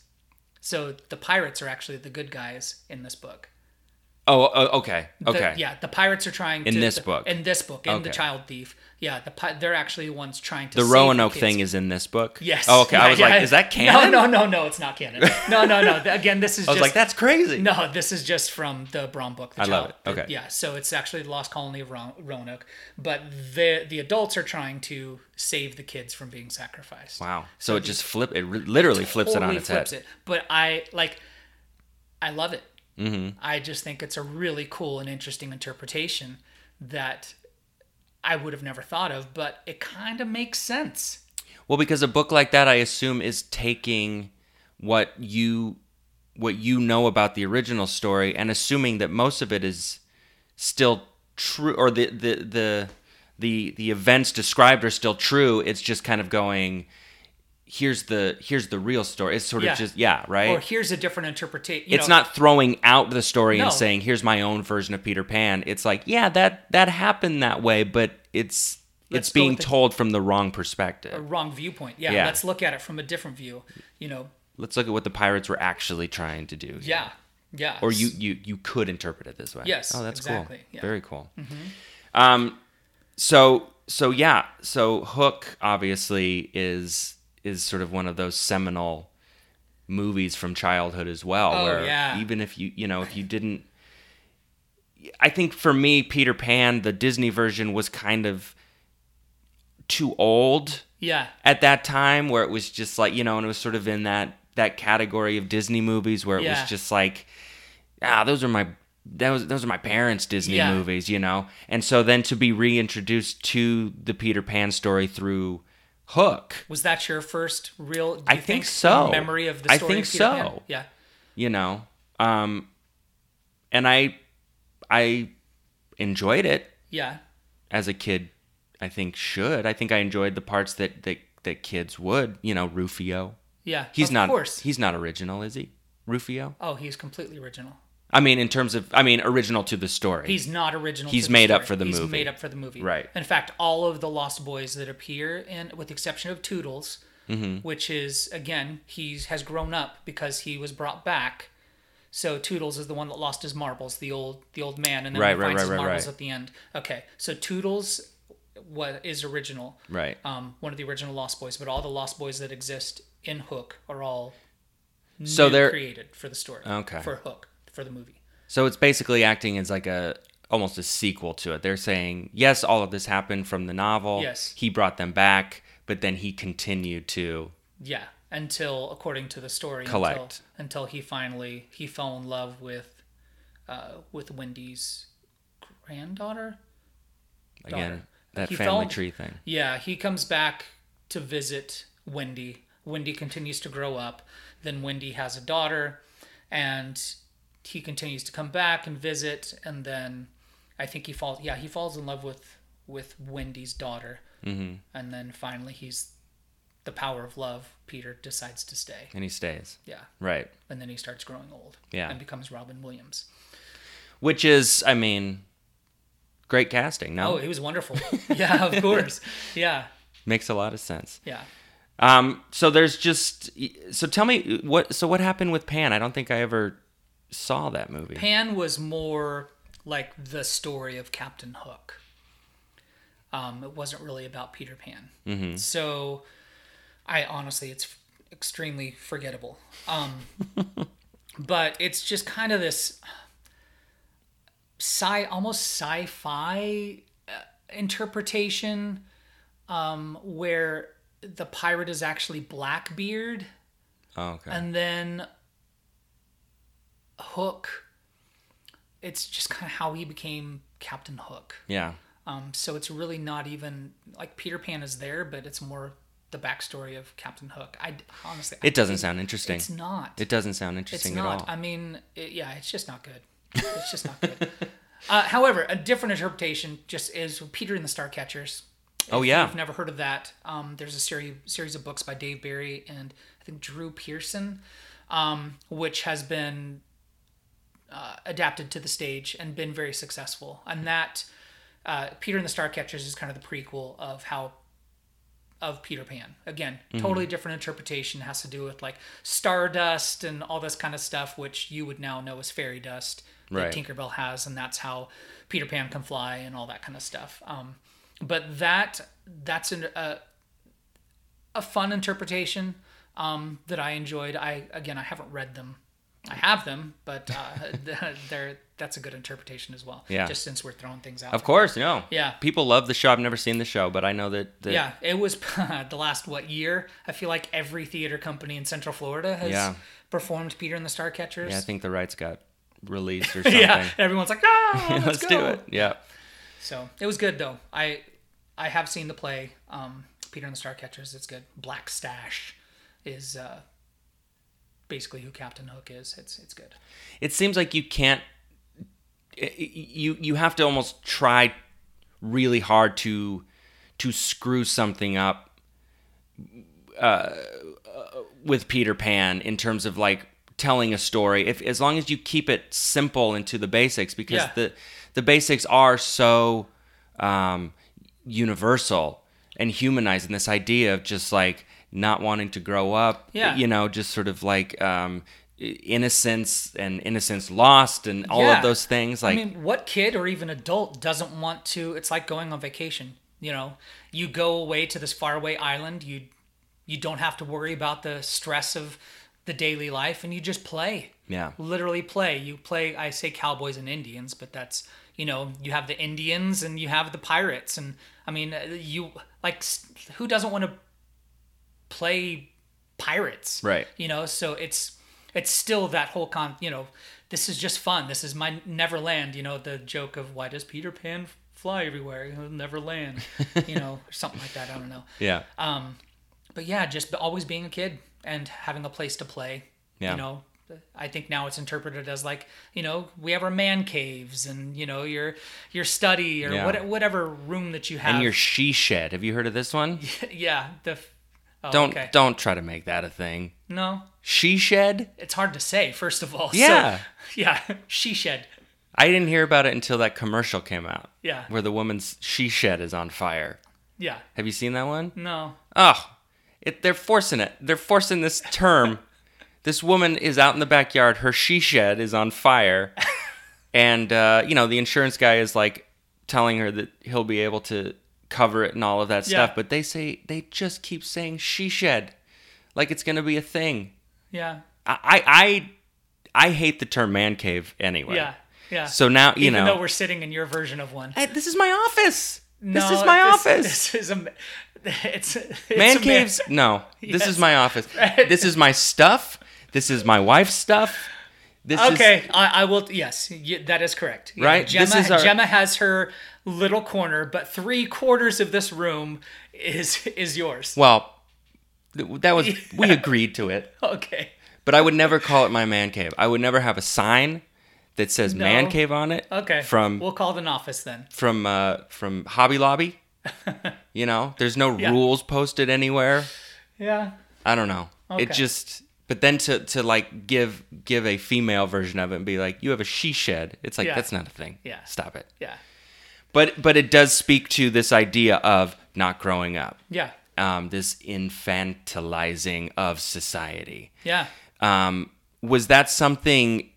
S2: So the pirates are actually the good guys in this book.
S1: oh, oh, okay,
S2: The-
S1: okay,
S2: yeah, the pirates are trying
S1: In
S2: to
S1: this
S2: the-
S1: book.
S2: In this book, in the
S1: Okay.
S2: child thief. Yeah, the pi- they're actually the ones trying to
S1: The
S2: save
S1: Roanoke
S2: kids.
S1: thing is in this book.
S2: Yes.
S1: Oh, okay. I
S2: Yeah,
S1: was
S2: yeah.
S1: like, is that canon?
S2: No, no, no, no. It's not canon. No, no, no. Th- Again, this is.
S1: I was
S2: just,
S1: like, that's crazy.
S2: No, this is just from the Brom book. The
S1: I love
S2: child-
S1: it. Okay.
S2: Yeah. So it's actually the Lost Colony of Ro- Roanoke, but the the adults are trying to save the kids from being sacrificed.
S1: Wow. So it just flip. It re- literally flips it on
S2: Totally
S1: its
S2: flips
S1: head.
S2: it. But I like. I love it. Mm-hmm. I just think it's a really cool and interesting interpretation that I would have never thought of, but it kind of makes sense.
S1: Well, because a book like that, I assume, is taking what you what you know about the original story and assuming that most of it is still true, or the the the the the events described are still true. It's just kind of going. Here's the here's the real story. It's sort
S2: Yeah.
S1: of just yeah, right.
S2: Or here's a different interpretation.
S1: it's not throwing out the story
S2: No.
S1: and saying here's my own version of Peter Pan. It's like yeah, that that happened that way, but it's
S2: Let's
S1: it's
S2: go
S1: being
S2: with the-
S1: told from the wrong perspective.
S2: a wrong viewpoint. Yeah,
S1: Yeah.
S2: let's look at it from a different view. You know,
S1: let's look at what the pirates were actually trying to do.
S2: yeah, yeah.
S1: Or you you you could interpret it this way.
S2: Yes,
S1: Oh, that's
S2: exactly,
S1: cool.
S2: yeah. Mm-hmm.
S1: Very cool. Um, so so yeah, so Hook obviously is is sort of one of those seminal movies from childhood as well.
S2: Oh,
S1: where
S2: yeah.
S1: even if you you know if you didn't, I think for me Peter Pan the Disney version was kind of too old
S2: yeah,
S1: at that time where it was just like you know and it was sort of in that that category of disney movies where it
S2: Yeah.
S1: was just like ah those are my those, those are my parents disney
S2: Yeah.
S1: movies you know and so then to be reintroduced to the peter pan story through hook
S2: was that your first real? do
S1: I
S2: you
S1: think so.
S2: Memory of the
S1: I
S2: story.
S1: think
S2: of Peter Pan?
S1: so.
S2: Yeah,
S1: you know um and i i enjoyed it
S2: yeah,
S1: as a kid i think should i think i enjoyed the parts that that that kids would you know rufio
S2: yeah.
S1: he's
S2: of
S1: not
S2: course.
S1: he's not original is he rufio
S2: oh, he's completely original.
S1: I mean, in terms of, I mean, original to the story.
S2: He's not original.
S1: He's
S2: to the
S1: made up
S2: story.
S1: for the
S2: he's
S1: movie.
S2: made up for the movie.
S1: Right.
S2: In fact, all of the Lost Boys that appear in, with the exception of Toodles,
S1: Mm-hmm.
S2: which is again he has grown up because he was brought back. So Toodles is the one that lost his marbles, the old the old man, and then
S1: Right,
S2: he
S1: right,
S2: finds
S1: right,
S2: his
S1: right,
S2: marbles
S1: right.
S2: at the end. Okay, so Toodles what is original,
S1: right.
S2: um, one of the original Lost Boys, but all the Lost Boys that exist in Hook are all
S1: So
S2: new
S1: they're
S2: created for the story.
S1: Okay.
S2: For Hook, for the movie.
S1: so it's basically acting as like a almost a sequel to it. They're saying, yes, all of this happened from the novel.
S2: Yes.
S1: He brought them back, but then he continued to.
S2: Yeah, until according to the story,
S1: Collect.
S2: until, until he finally he fell in love with, uh, with Wendy's granddaughter.
S1: Again,
S2: Daughter.
S1: that
S2: He
S1: family
S2: fell-
S1: tree thing.
S2: Yeah, he comes back to visit Wendy. Wendy continues to grow up. Then Wendy has a daughter, and he continues to come back and visit. And then I think he falls. Yeah, he falls in love with with Wendy's daughter. Mm-hmm. And then finally, he's the power of love. Peter decides to stay.
S1: And he stays.
S2: Yeah,
S1: Right.
S2: and then he starts growing old.
S1: Yeah.
S2: and becomes Robin Williams.
S1: Which is, I mean, great casting. No,
S2: Oh, he was wonderful. yeah, of course. Yeah,
S1: makes a lot of sense.
S2: yeah.
S1: Um, so there's just so tell me what so what happened with Pan? I don't think I ever saw that movie.
S2: Pan was more like the story of Captain Hook. Um, it wasn't really about Peter Pan. So, I honestly, it's extremely forgettable. Um, but it's just kind of this sci, almost sci-fi uh, interpretation, um, where the pirate is actually Blackbeard
S1: Oh, okay.
S2: and then Hook. It's just kind of how he became Captain Hook.
S1: yeah.
S2: Um, so it's really not even like Peter Pan is there, but it's more the backstory of Captain Hook. I honestly, I
S1: It doesn't
S2: didn't-
S1: sound interesting.
S2: It's not.
S1: it doesn't sound
S2: it's
S1: interesting
S2: not. Uh,
S1: at all.
S2: I mean, it, yeah, it's just not good. It's just not good. uh, however, a different interpretation just is Peter and the Starcatchers.
S1: oh
S2: If
S1: yeah.
S2: you've never heard of that, um, there's a series series of books by Dave Barry and I think Drew Pearson, um, which has been uh, adapted to the stage and been very successful. And that uh, Peter and the Starcatchers is kind of the prequel of how of Peter Pan. Again, totally different interpretation. Has to do with like stardust and all this kind of stuff, which you would now know as fairy dust that
S1: Right.
S2: Tinkerbell has, and that's how Peter Pan can fly and all that kind of stuff. Um, but that that's an, uh, a a fun interpretation um, that I enjoyed. I again, I haven't read them. I have them, but uh, they're that's a good interpretation as well.
S1: Yeah.
S2: Just since we're throwing things out.
S1: Of course, no.
S2: Yeah.
S1: People love the show. I've never seen the show, but I know that, that
S2: Yeah, it was the last what year? I feel like every theater company in Central Florida has
S1: Yeah.
S2: performed Peter and the Starcatchers.
S1: yeah, I
S2: Yeah,
S1: think the rights got released or something.
S2: everyone's like, ah, let's,
S1: Let's do
S2: go."
S1: it. Yeah.
S2: So it was good though. I I have seen the play um, Peter and the Starcatchers. It's good. Black Stash is uh, basically who Captain Hook is. It's it's good.
S1: it seems like you can't eh, you you have to almost try really hard to to screw something up uh, with Peter Pan in terms of like telling a story if as long as you keep it simple and to the basics because
S2: Yeah.
S1: the the basics are so um, universal and humanized and this idea of just like not wanting to grow up
S2: Yeah.
S1: you know just sort of like um, innocence and innocence lost and all
S2: Yeah.
S1: of those things like
S2: I mean, what kid or even adult doesn't want to? It's like going on vacation. You know, you go away to this faraway island. You you don't have to worry about the stress of the daily life, and you just play.
S1: yeah
S2: Literally play. You play. I say cowboys and Indians, but that's you know you have the Indians and you have the pirates, and I mean uh, you like s- who doesn't want to play pirates
S1: Right.
S2: you know so it's it's still that whole con you know this is just fun this is my neverland you know the joke of why does peter pan fly everywhere he'll never land you know or something like that i don't know
S1: yeah
S2: but yeah just always being a kid and having a place to play
S1: Yeah.
S2: you know i think now it's interpreted as like you know we have our man caves and you know your your study or
S1: Yeah.
S2: what, whatever room that you have
S1: and your she shed have you heard of this one
S2: yeah the f- oh,
S1: don't
S2: okay.
S1: don't try to make that a thing
S2: no
S1: she shed
S2: it's hard to say first of all So,
S1: Yeah.
S2: yeah she shed
S1: I didn't hear about it until that commercial came out.
S2: Yeah.
S1: Where the woman's she shed is on fire.
S2: yeah
S1: Have you seen that one?
S2: no
S1: Oh, it, they're forcing it. They're forcing this term. this woman is out in the backyard. Her she shed is on fire. and, uh, you know, the insurance guy is like telling her that he'll be able to cover it and all of that
S2: Yeah.
S1: stuff. But they say, they just keep saying she shed like it's going to be a thing.
S2: Yeah.
S1: I, I, I, I hate the term man cave anyway.
S2: Yeah. Yeah.
S1: So now, you
S2: Even
S1: know.
S2: though we're sitting in your version of one.
S1: Hey, this is my office. this
S2: No,
S1: is my office.
S2: This is a. It's, it's
S1: Man
S2: a
S1: caves? No. This
S2: Yes.
S1: is my office. This is my stuff. This is my wife's stuff. This is
S2: Okay, I, I will. Yes, y that is correct. Yeah,
S1: Right?
S2: Gemma,
S1: This is our-
S2: Gemma has her little corner, but three quarters of this room is is yours.
S1: well, th- that was we agreed to it.
S2: Okay.
S1: But I would never call it my man cave. I would never have a sign that says man
S2: No.
S1: cave on it.
S2: Okay.
S1: From
S2: we'll call it an office then.
S1: from uh from Hobby Lobby. you know, there's no rules posted anywhere.
S2: Yeah.
S1: I don't know. It
S2: Okay.
S1: just but then to to like give give a female version of it and be like you have a she shed. It's like
S2: Yeah.
S1: that's not a thing.
S2: Yeah.
S1: Stop it.
S2: Yeah.
S1: But but it does speak to this idea of not growing up.
S2: Yeah.
S1: Um this infantilizing of society.
S2: Yeah.
S1: Um, was that something?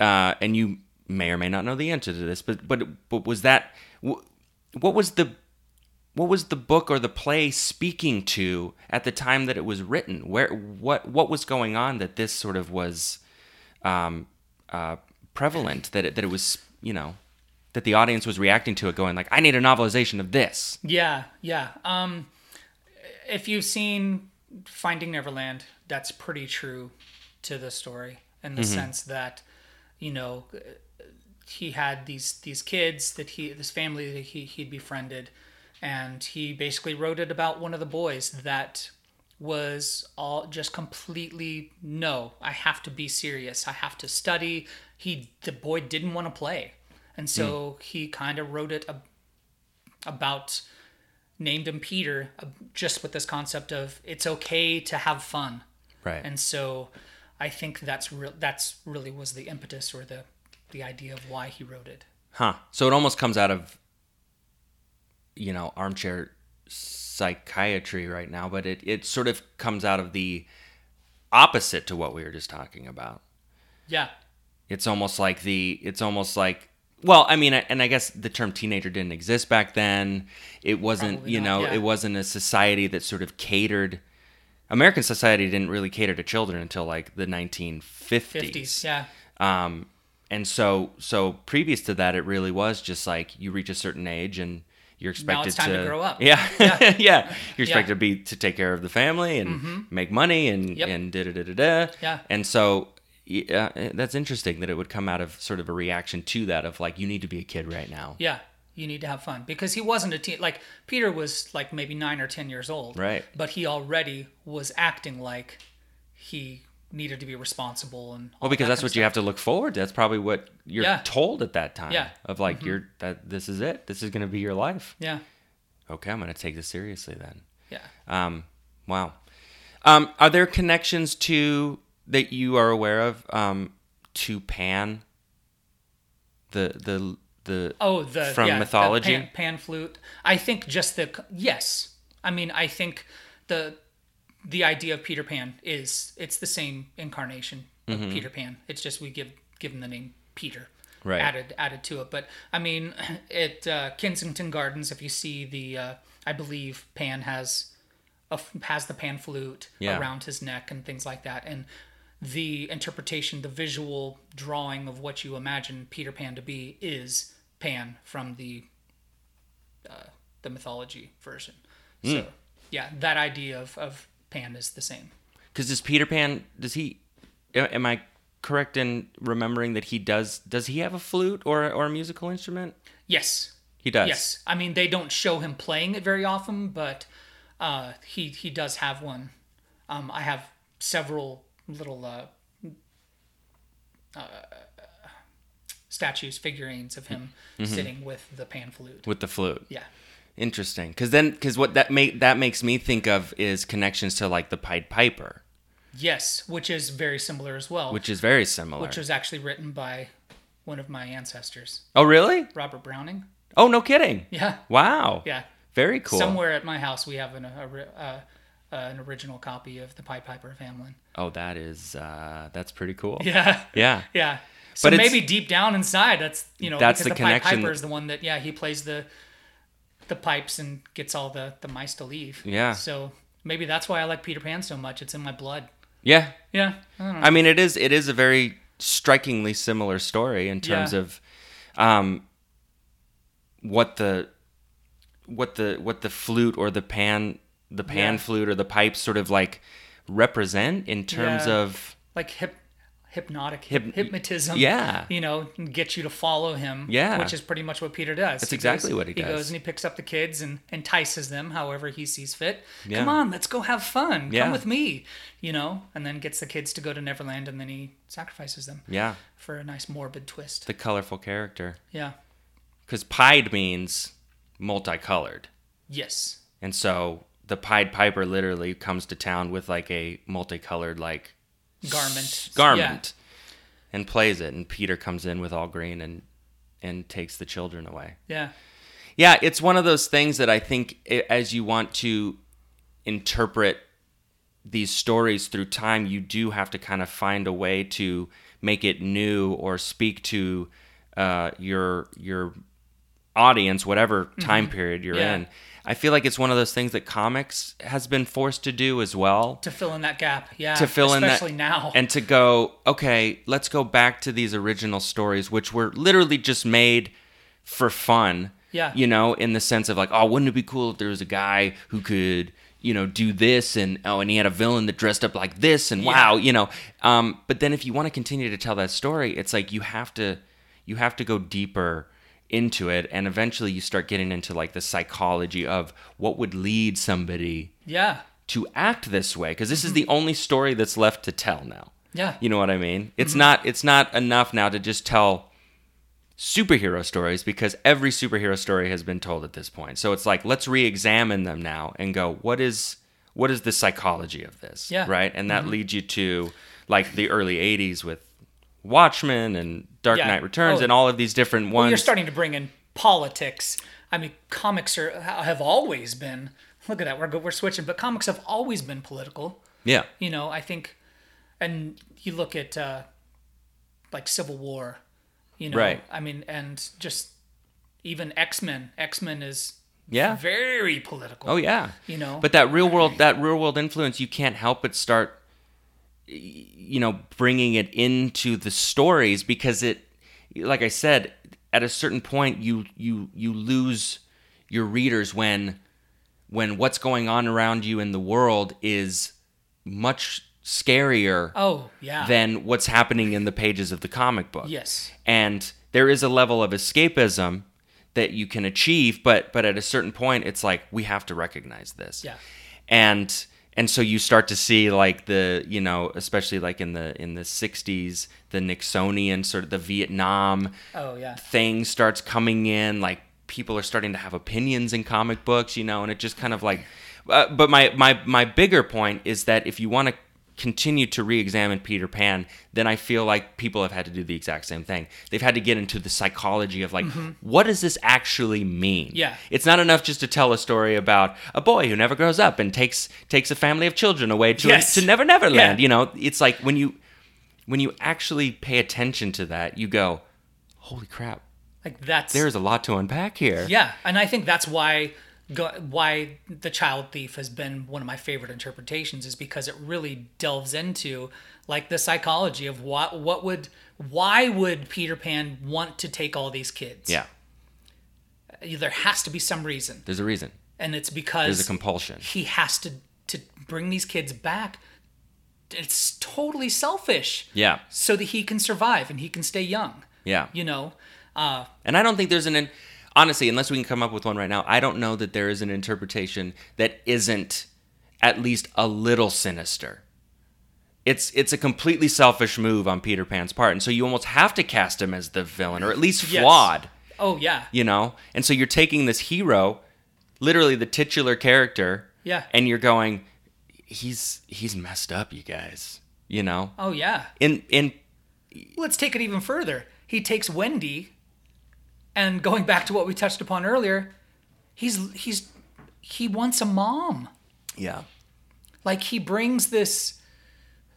S1: Uh, and you may or may not know the answer to this, but but but was that wh- what was the what was the book or the play speaking to at the time that it was written? Where what what was going on that this sort of was um, uh, prevalent that it, that it was you know that the audience was reacting to it, going like, I need a novelization of this.
S2: Yeah. Yeah. Um, if you've seen Finding Neverland, that's pretty true to the story in the sense that, you know, he had these these kids that he this family that he he befriended, and he basically wrote it about one of the boys that was all just completely no i have to be serious i have to study he the boy didn't want to play and so he kind of wrote it ab- about named him peter uh, just with this concept of it's okay to have fun
S1: Right.
S2: and so I think that's real that's really was the impetus or the the idea of why he wrote it.
S1: Huh. So it almost comes out of, you know, armchair psychiatry right now, but it, it sort of comes out of the opposite to what we were just talking about.
S2: Yeah.
S1: It's almost like the, it's almost like, well, I mean, and I guess the term teenager didn't exist back then. It wasn't,
S2: Probably
S1: you
S2: not,
S1: know,
S2: yeah.
S1: it wasn't a society that sort of catered. American society didn't really cater to children until like the 1950s.
S2: 50s. Yeah.
S1: Um, and so, so previous to that, it really was just like you reach a certain age and you're expected
S2: Now it's time to grow up.
S1: Yeah, yeah. You're
S2: Yeah. Mm-hmm.
S1: expected to be to take care of the family and make money and
S2: Yep.
S1: and da da da da da.
S2: Yeah.
S1: And so, yeah, eh, that's interesting that it would come out of sort of a reaction to that of like you need to be a kid right now.
S2: Yeah. You need to have fun because he wasn't a teen like Peter was like maybe 9 or 10 years old.
S1: Right.
S2: But he already was acting like he needed to be responsible and all
S1: Well, because
S2: that
S1: that's
S2: kind
S1: what you have to look forward to. That's probably what you're
S2: Yeah.
S1: told at that time.
S2: Yeah. Mm-hmm.
S1: Of like you're that this is it. This is going to be your life.
S2: of- Yeah.
S1: Okay, I'm going to take this seriously then.
S2: Yeah.
S1: Um, wow. Um, are there connections to that you are aware of um, to Pan? The the the
S2: Oh, the
S1: From
S2: yeah, the
S1: mythology?
S2: pan, pan flute. I think just the yes. I mean, I think the the idea of Peter Pan is it's the same incarnation of
S1: Mm-hmm.
S2: Peter Pan. It's just we give give him the name Peter
S1: Right.
S2: added added to it. But I mean, at uh, Kensington Gardens, if you see the, uh, I believe Pan has a, f- has the pan flute
S1: Yeah.
S2: around his neck and things like that and the interpretation the visual drawing of what you imagine peter pan to be is pan from the uh, the mythology version so yeah that idea of, of pan is the same
S1: because does Peter Pan does he? a- Am I correct in remembering that he does? Does he have a flute or or a musical instrument?
S2: yes
S1: He does.
S2: yes i mean they don't show him playing it very often but uh, he he does have one um, i have several little uh, statues, figurines of him sitting with the pan flute.
S1: with the flute.
S2: Yeah.
S1: Interesting, because then because what that make that makes me think of is connections to like the Pied Piper,
S2: Yes, which is very similar as well,
S1: which
S2: which,
S1: is very similar.
S2: was actually written by one of my ancestors,
S1: oh really?
S2: Robert Browning.
S1: Oh no kidding!
S2: Yeah.
S1: Wow.
S2: Yeah.
S1: Very cool.
S2: Somewhere at my house, we have an, a, ri- uh, uh, an original copy of the Pied Piper of Hamelin.
S1: Oh, that is uh, that's pretty cool.
S2: Yeah.
S1: Yeah.
S2: Yeah. So
S1: But it's-
S2: maybe deep down inside, that's you know
S1: That's
S2: because
S1: the
S2: the, Pied
S1: connection
S2: Piper
S1: that-
S2: is the one that yeah he plays the the pipes and gets all the the mice to leave.
S1: Yeah.
S2: So maybe that's why I like Peter Pan so much. It's in my blood.
S1: Yeah.
S2: Yeah. I don't know.
S1: I mean, it is it is a very strikingly similar story in terms
S2: Yeah.
S1: of um, what the what the what the flute or the pan the pan
S2: Yeah.
S1: flute or the pipe sort of like represent in terms
S2: Yeah.
S1: of
S2: like hip hypnotic
S1: Hyp-
S2: hypnotism
S1: yeah.
S2: you know and get you to follow him
S1: Yeah.
S2: which is pretty much what peter does that's
S1: exactly what he
S2: he
S1: does.
S2: goes and he picks up the kids and entices them however he sees fit
S1: Yeah.
S2: come on let's go have fun
S1: Yeah.
S2: come with me you know and then gets the kids to go to neverland and then he sacrifices them
S1: yeah
S2: for a nice morbid twist
S1: the colorful character
S2: yeah
S1: because pied means multicolored
S2: yes
S1: and so the pied piper literally comes to town with like a multicolored like
S2: garment
S1: garment and plays it and peter comes in with all green and and takes the children away
S2: yeah,
S1: yeah it's one of those things that i think i- as you want to interpret these stories through time you do have to kind of find a way to make it new or speak to uh, your your audience whatever time period you're
S2: Yeah.
S1: in i feel like it's one of those things that comics has been forced to do as well
S2: to fill in that gap yeah
S1: to fill in that
S2: especially now
S1: and to go okay let's go back to these original stories which were literally just made for fun
S2: Yeah.
S1: you know in the sense of like oh wouldn't it be cool if there was a guy who could you know do this and oh and he had a villain that dressed up like this and wow you know um but then if you want to continue to tell that story it's like you have to you have to go deeper into it and eventually you start getting into like the psychology of what would lead somebody
S2: yeah
S1: to act this way because this is
S2: Mm-hmm.
S1: the only story that's left to tell now.
S2: yeah
S1: You know what I mean?
S2: Mm-hmm.
S1: It's not it's not enough now to just tell superhero stories because every superhero story has been told at this point. So it's like let's re-examine them now and go what is what is the psychology of this,
S2: Yeah. Mm-hmm.
S1: right? And that leads you to like the early 80s with Watchmen and Dark
S2: Yeah.
S1: Knight Returns
S2: Oh.
S1: and all of these different ones.
S2: You're starting to bring in politics. I mean, comics are have always been. Look at that. We're go- we're switching, but comics have always been political.
S1: yeah.
S2: You know, I think, and you look at uh, like Civil War. You know,
S1: Right.
S2: I mean, and just even X Men. X Men is
S1: Yeah.
S2: very political.
S1: Oh yeah.
S2: You know,
S1: But that real world, that real world influence, you can't help but start, y- you know, bringing it into the stories because it, like I said, at a certain point, you you you lose your readers when, when what's going on around you in the world is much scarier
S2: oh yeah,
S1: than what's happening in the pages of the comic book.
S2: yes,
S1: And there is a level of escapism that you can achieve, but but at a certain point it's like we have to recognize this.
S2: Yeah.
S1: And and so you start to see like the, you know, especially like in the in the 60s, the Nixonian sort of the Vietnam
S2: oh yeah,
S1: thing starts coming in like people are starting to have opinions in comic books you know and it just kind of like uh, but my my my bigger point is that if you want to continue to re-examine peter pan then i feel like people have had to do the exact same thing they've had to get into the psychology of like what does this actually mean
S2: Mm-hmm. Yeah.
S1: it's not enough just to tell a story about a boy who never grows up and takes takes a family of children away to
S2: Yes.
S1: to never never land
S2: Yeah.
S1: you know it's like when you when you actually pay attention to that you go holy crap
S2: like that's
S1: there's a lot to unpack here.
S2: Yeah, and I think that's why go, why the child thief has been one of my favorite interpretations is because it really delves into like the psychology of what what would why would Peter Pan want to take all these kids?
S1: Yeah.
S2: there has to be some reason,
S1: There's a reason.
S2: and it's
S1: There's
S2: because
S1: a compulsion.
S2: he has to to bring these kids back. It's totally selfish.
S1: Yeah.
S2: So that he can survive and he can stay young.
S1: Yeah.
S2: You know, uh,
S1: And I don't think there's an in- honestly, unless we can come up with one right now, I don't know that there is an interpretation that isn't at least a little sinister. It's it's a completely selfish move on Peter Pan's part, and so you almost have to cast him as the villain or at least
S2: Yes.
S1: flawed,
S2: oh yeah,
S1: you know? And so you're taking this hero, literally the titular character,
S2: Yeah.
S1: and you're going he's he's messed up, you guys, you know?
S2: oh yeah.
S1: In in
S2: Let's take it even further. He takes Wendy, and going back to what we touched upon earlier, he's he's he wants a mom.
S1: yeah.
S2: Like he brings this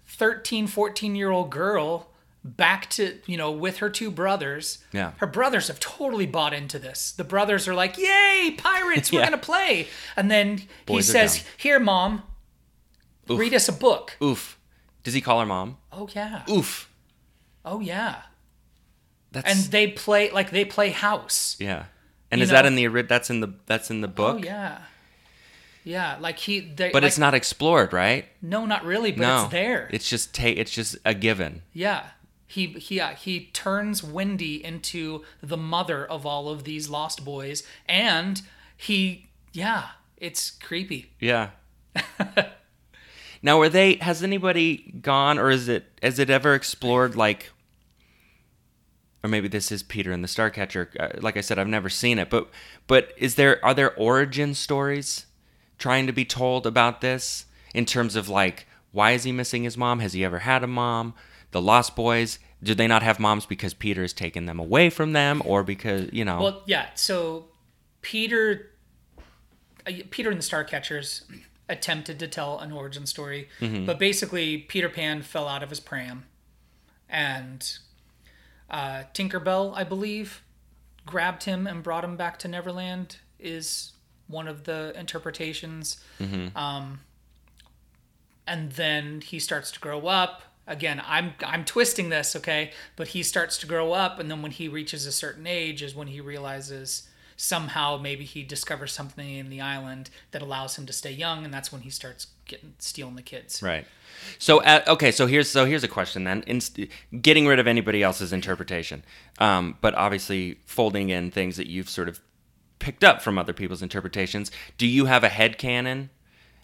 S2: 13, 14 year old girl back to, you know, with her two brothers.
S1: Yeah.
S2: Her brothers have totally bought into this. The brothers are like, yay, pirates, we're
S1: Yeah.
S2: going to play. And then
S1: Boys
S2: he
S1: are
S2: says,
S1: dumb.
S2: here, mom, read us a book.
S1: Oof. Does he call her mom?
S2: Oh, yeah.
S1: Oof.
S2: Oh, yeah.
S1: That's
S2: and they play like they play house.
S1: yeah. And
S2: you
S1: is that
S2: know-
S1: in the ori- that's in the that's in the book?
S2: Oh yeah, yeah. Like he, they,
S1: But it's not explored, right?
S2: no, not really. But
S1: no.
S2: it's there.
S1: It's just ta- it's just a given.
S2: yeah. He he yeah, he turns Wendy into the mother of all of these lost boys, and he yeah, it's creepy.
S1: Yeah. now, are they? Has anybody gone, or is it? Has it ever explored like? Or maybe this is Peter and the Starcatcher. Uh, Like I said, I've never seen it, but but is there are there origin stories trying to be told about this in terms of like why is he missing his mom? Has he ever had a mom? The Lost Boys do they not have moms because Peter has taken them away from them, or because you know?
S2: Well, yeah. So Peter, uh, Peter and the Starcatchers attempted to tell an origin story,
S1: Mm-hmm.
S2: but basically Peter Pan fell out of his pram, and uh, Tinkerbell, I believe, grabbed him and brought him back to Neverland. Is one of the interpretations.
S1: Mm-hmm.
S2: Um, and then he starts to grow up again i'm i'm twisting this okay but he starts to grow up and then when he reaches a certain age is when he realizes somehow maybe he discovers something in the island that allows him to stay young and that's when he starts getting stealing the kids
S1: Right. So uh, okay, so here's so here's a question then. In, getting rid of anybody else's interpretation, um, but obviously folding in things that you've sort of picked up from other people's interpretations. Do you have a head canon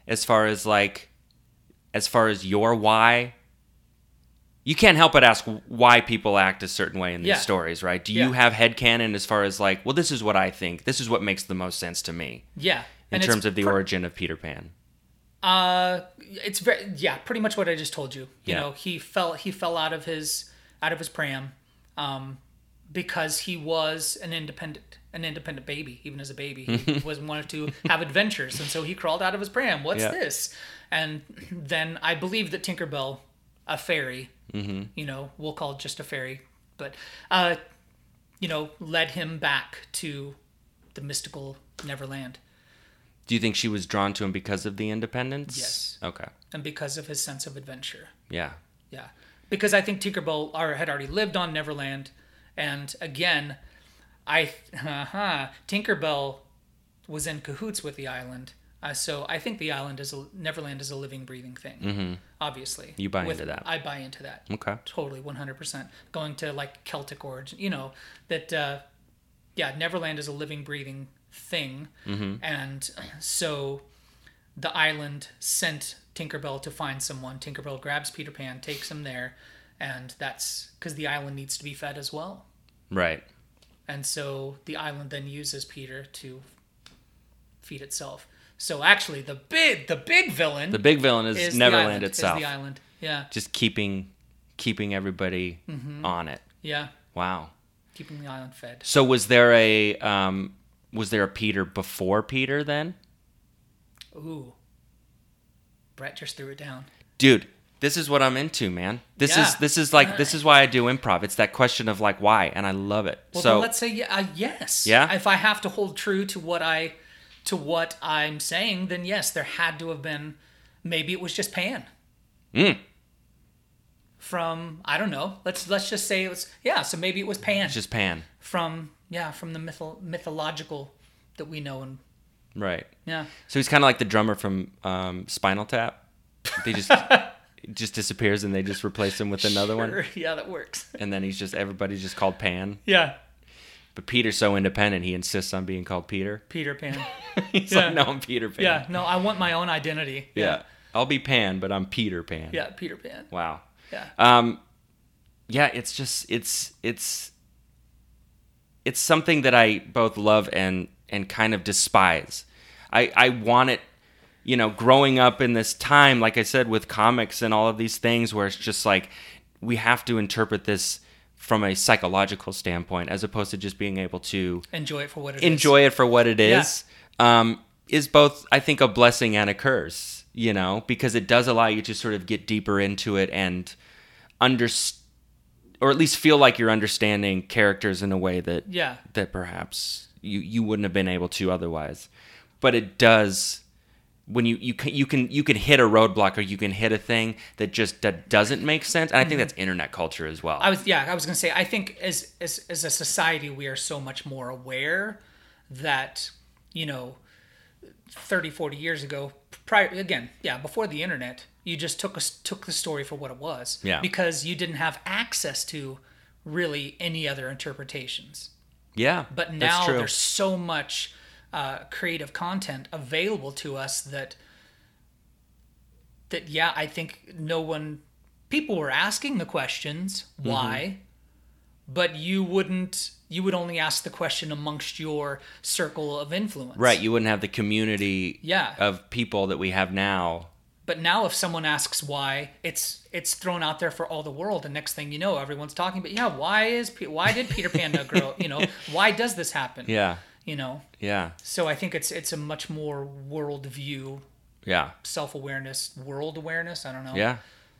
S1: as far as like as far as your why? You can't help but ask why people act a certain way in these
S2: Yeah.
S1: stories, right? Do you
S2: Yeah.
S1: have head canon as far as like, well, this is what I think. This is what makes the most sense to me
S2: yeah
S1: in
S2: and
S1: terms
S2: it's
S1: of the
S2: pr-
S1: origin of Peter Pan.
S2: uh it's very yeah pretty much what i just told you you
S1: Yeah.
S2: know he fell he fell out of his out of his pram um because he was an independent an independent baby even as a baby he was wanted to have adventures and so he crawled out of his pram what's
S1: Yeah.
S2: this and then i believe that tinkerbell a fairy
S1: Mm-hmm.
S2: you know we'll call it just a fairy but uh you know led him back to the mystical neverland
S1: Do you think she was drawn to him because of the independence?
S2: Yes.
S1: Okay.
S2: and because of his sense of adventure
S1: Yeah.
S2: Yeah, because I think Tinkerbell are, had already lived on Neverland, and again, I uh Tinkerbell was in cahoots with the island, uh, so I think the island is a, Neverland is a living, breathing thing. Obviously,
S1: Mm-hmm. You buy
S2: With-
S1: into that.
S2: I buy into that
S1: Okay.
S2: totally, one hundred percent. Going to like Celtic origin, you know that. Uh, yeah, Neverland is a living, breathing thing,
S1: Mm-hmm.
S2: and so the island sent Tinkerbell to find someone. Tinkerbell grabs Peter Pan, takes him there, and that's because the island needs to be fed as well.
S1: Right.
S2: And so the island then uses Peter to feed itself. So actually, the big the big villain
S1: The big villain is,
S2: is the
S1: Neverland
S2: island, is
S1: itself.
S2: the island, yeah,
S1: Just keeping keeping everybody
S2: Mm-hmm.
S1: on it.
S2: yeah,
S1: Wow.
S2: keeping the island fed.
S1: So was there a um was there a Peter before Peter then?
S2: Ooh, Brett just threw it down.
S1: Dude, this is what I'm into, man. This is
S2: Yeah.
S1: this is like this is why I do improv. It's that question of like why and I love it.
S2: Well,
S1: so
S2: then let's say yeah, uh, yes.
S1: Yeah?
S2: If I have to hold true to what I to what I'm saying, then yes, there had to have been. Maybe it was just Pan.
S1: Mm.
S2: From I don't know. Let's let's just say it was yeah. So maybe it was Pan
S1: it's just Pan.
S2: from yeah from the mytho- mythological that we know and
S1: Right.
S2: yeah
S1: So he's kind of like the drummer from um, Spinal Tap. They just just disappears and they just replace him with another one
S2: Sure. yeah that works
S1: and then he's just everybody's just called Pan.
S2: yeah
S1: But Peter's so independent, he insists on being called Peter.
S2: Peter Pan
S1: He's
S2: Yeah.
S1: like, no, I'm Peter Pan.
S2: yeah no I want my own identity
S1: Yeah. I'll be Pan, but I'm Peter Pan.
S2: yeah Peter Pan
S1: Wow.
S2: yeah
S1: Um, yeah, it's just, it's, it's, it's something that I both love and, and kind of despise. I, I want it, you know, growing up in this time, like I said, with comics and all of these things where it's just like, we have to interpret this from a psychological standpoint as opposed to just being able to
S2: enjoy it for what it is.
S1: enjoy it for what it
S2: Yeah.
S1: is um, is both i think a blessing and a curse you know because it does allow you to sort of get deeper into it and underst or at least feel like you're understanding characters in a way that
S2: yeah
S1: that perhaps you you wouldn't have been able to otherwise but it does when you you can you can you can hit a roadblock or you can hit a thing that just that doesn't make sense. And I think that's internet culture as well.
S2: Mm-hmm. I was yeah, I was gonna say I think as as as a society we are so much more aware that you know 30 40 years ago prior again yeah before the internet you just took us took the story for what it was
S1: Yeah.
S2: because you didn't have access to really any other interpretations
S1: yeah,
S2: but
S1: that's
S2: now
S1: true.
S2: there's so much uh, creative content available to us that that yeah i think no one people were asking the questions
S1: Mm-hmm.
S2: why but you wouldn't you would only ask the question amongst your circle of influence
S1: right. You wouldn't have the community
S2: Yeah.
S1: of people that we have now.
S2: but now if someone asks why it's it's thrown out there for all the world and next thing you know everyone's talking about yeah why is Pe- why did peter pan grow you know why does this happen
S1: Yeah,
S2: you know
S1: yeah,
S2: So I think it's it's a much more worldview,
S1: yeah,
S2: self awareness, world awareness. I don't know.
S1: yeah.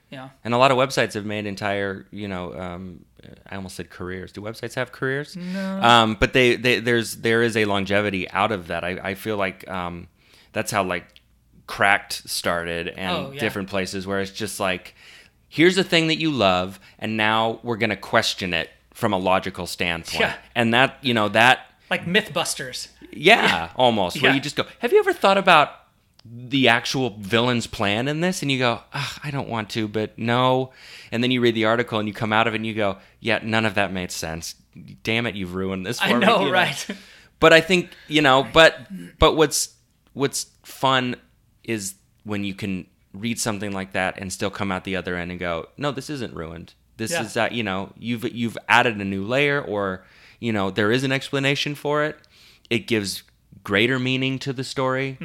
S2: Yeah.
S1: And a lot of websites have made entire, you know, um, I almost said careers. Do websites have careers? No. Um, but they, they there's there is a longevity out of that. I, I feel like um, that's how like cracked started and
S2: Oh, yeah.
S1: different places where it's just like here's a thing that you love and now we're gonna question it from a logical standpoint.
S2: Yeah.
S1: And that you know that
S2: Like MythBusters.
S1: yeah, almost. Where
S2: Yeah.
S1: you just go, have you ever thought about the actual villain's plan in this? And you go, Ugh, I don't want to, but no. And then you read the article and you come out of it and you go, yeah, none of that made sense. Damn it, you've ruined this. For
S2: I
S1: me,
S2: know,
S1: you
S2: right?
S1: But I think you know, but but what's what's fun is when you can read something like that and still come out the other end and go, no, this isn't ruined. This
S2: Yeah.
S1: is that you know you've you've added a new layer or you know there is an explanation for it it gives greater meaning to the story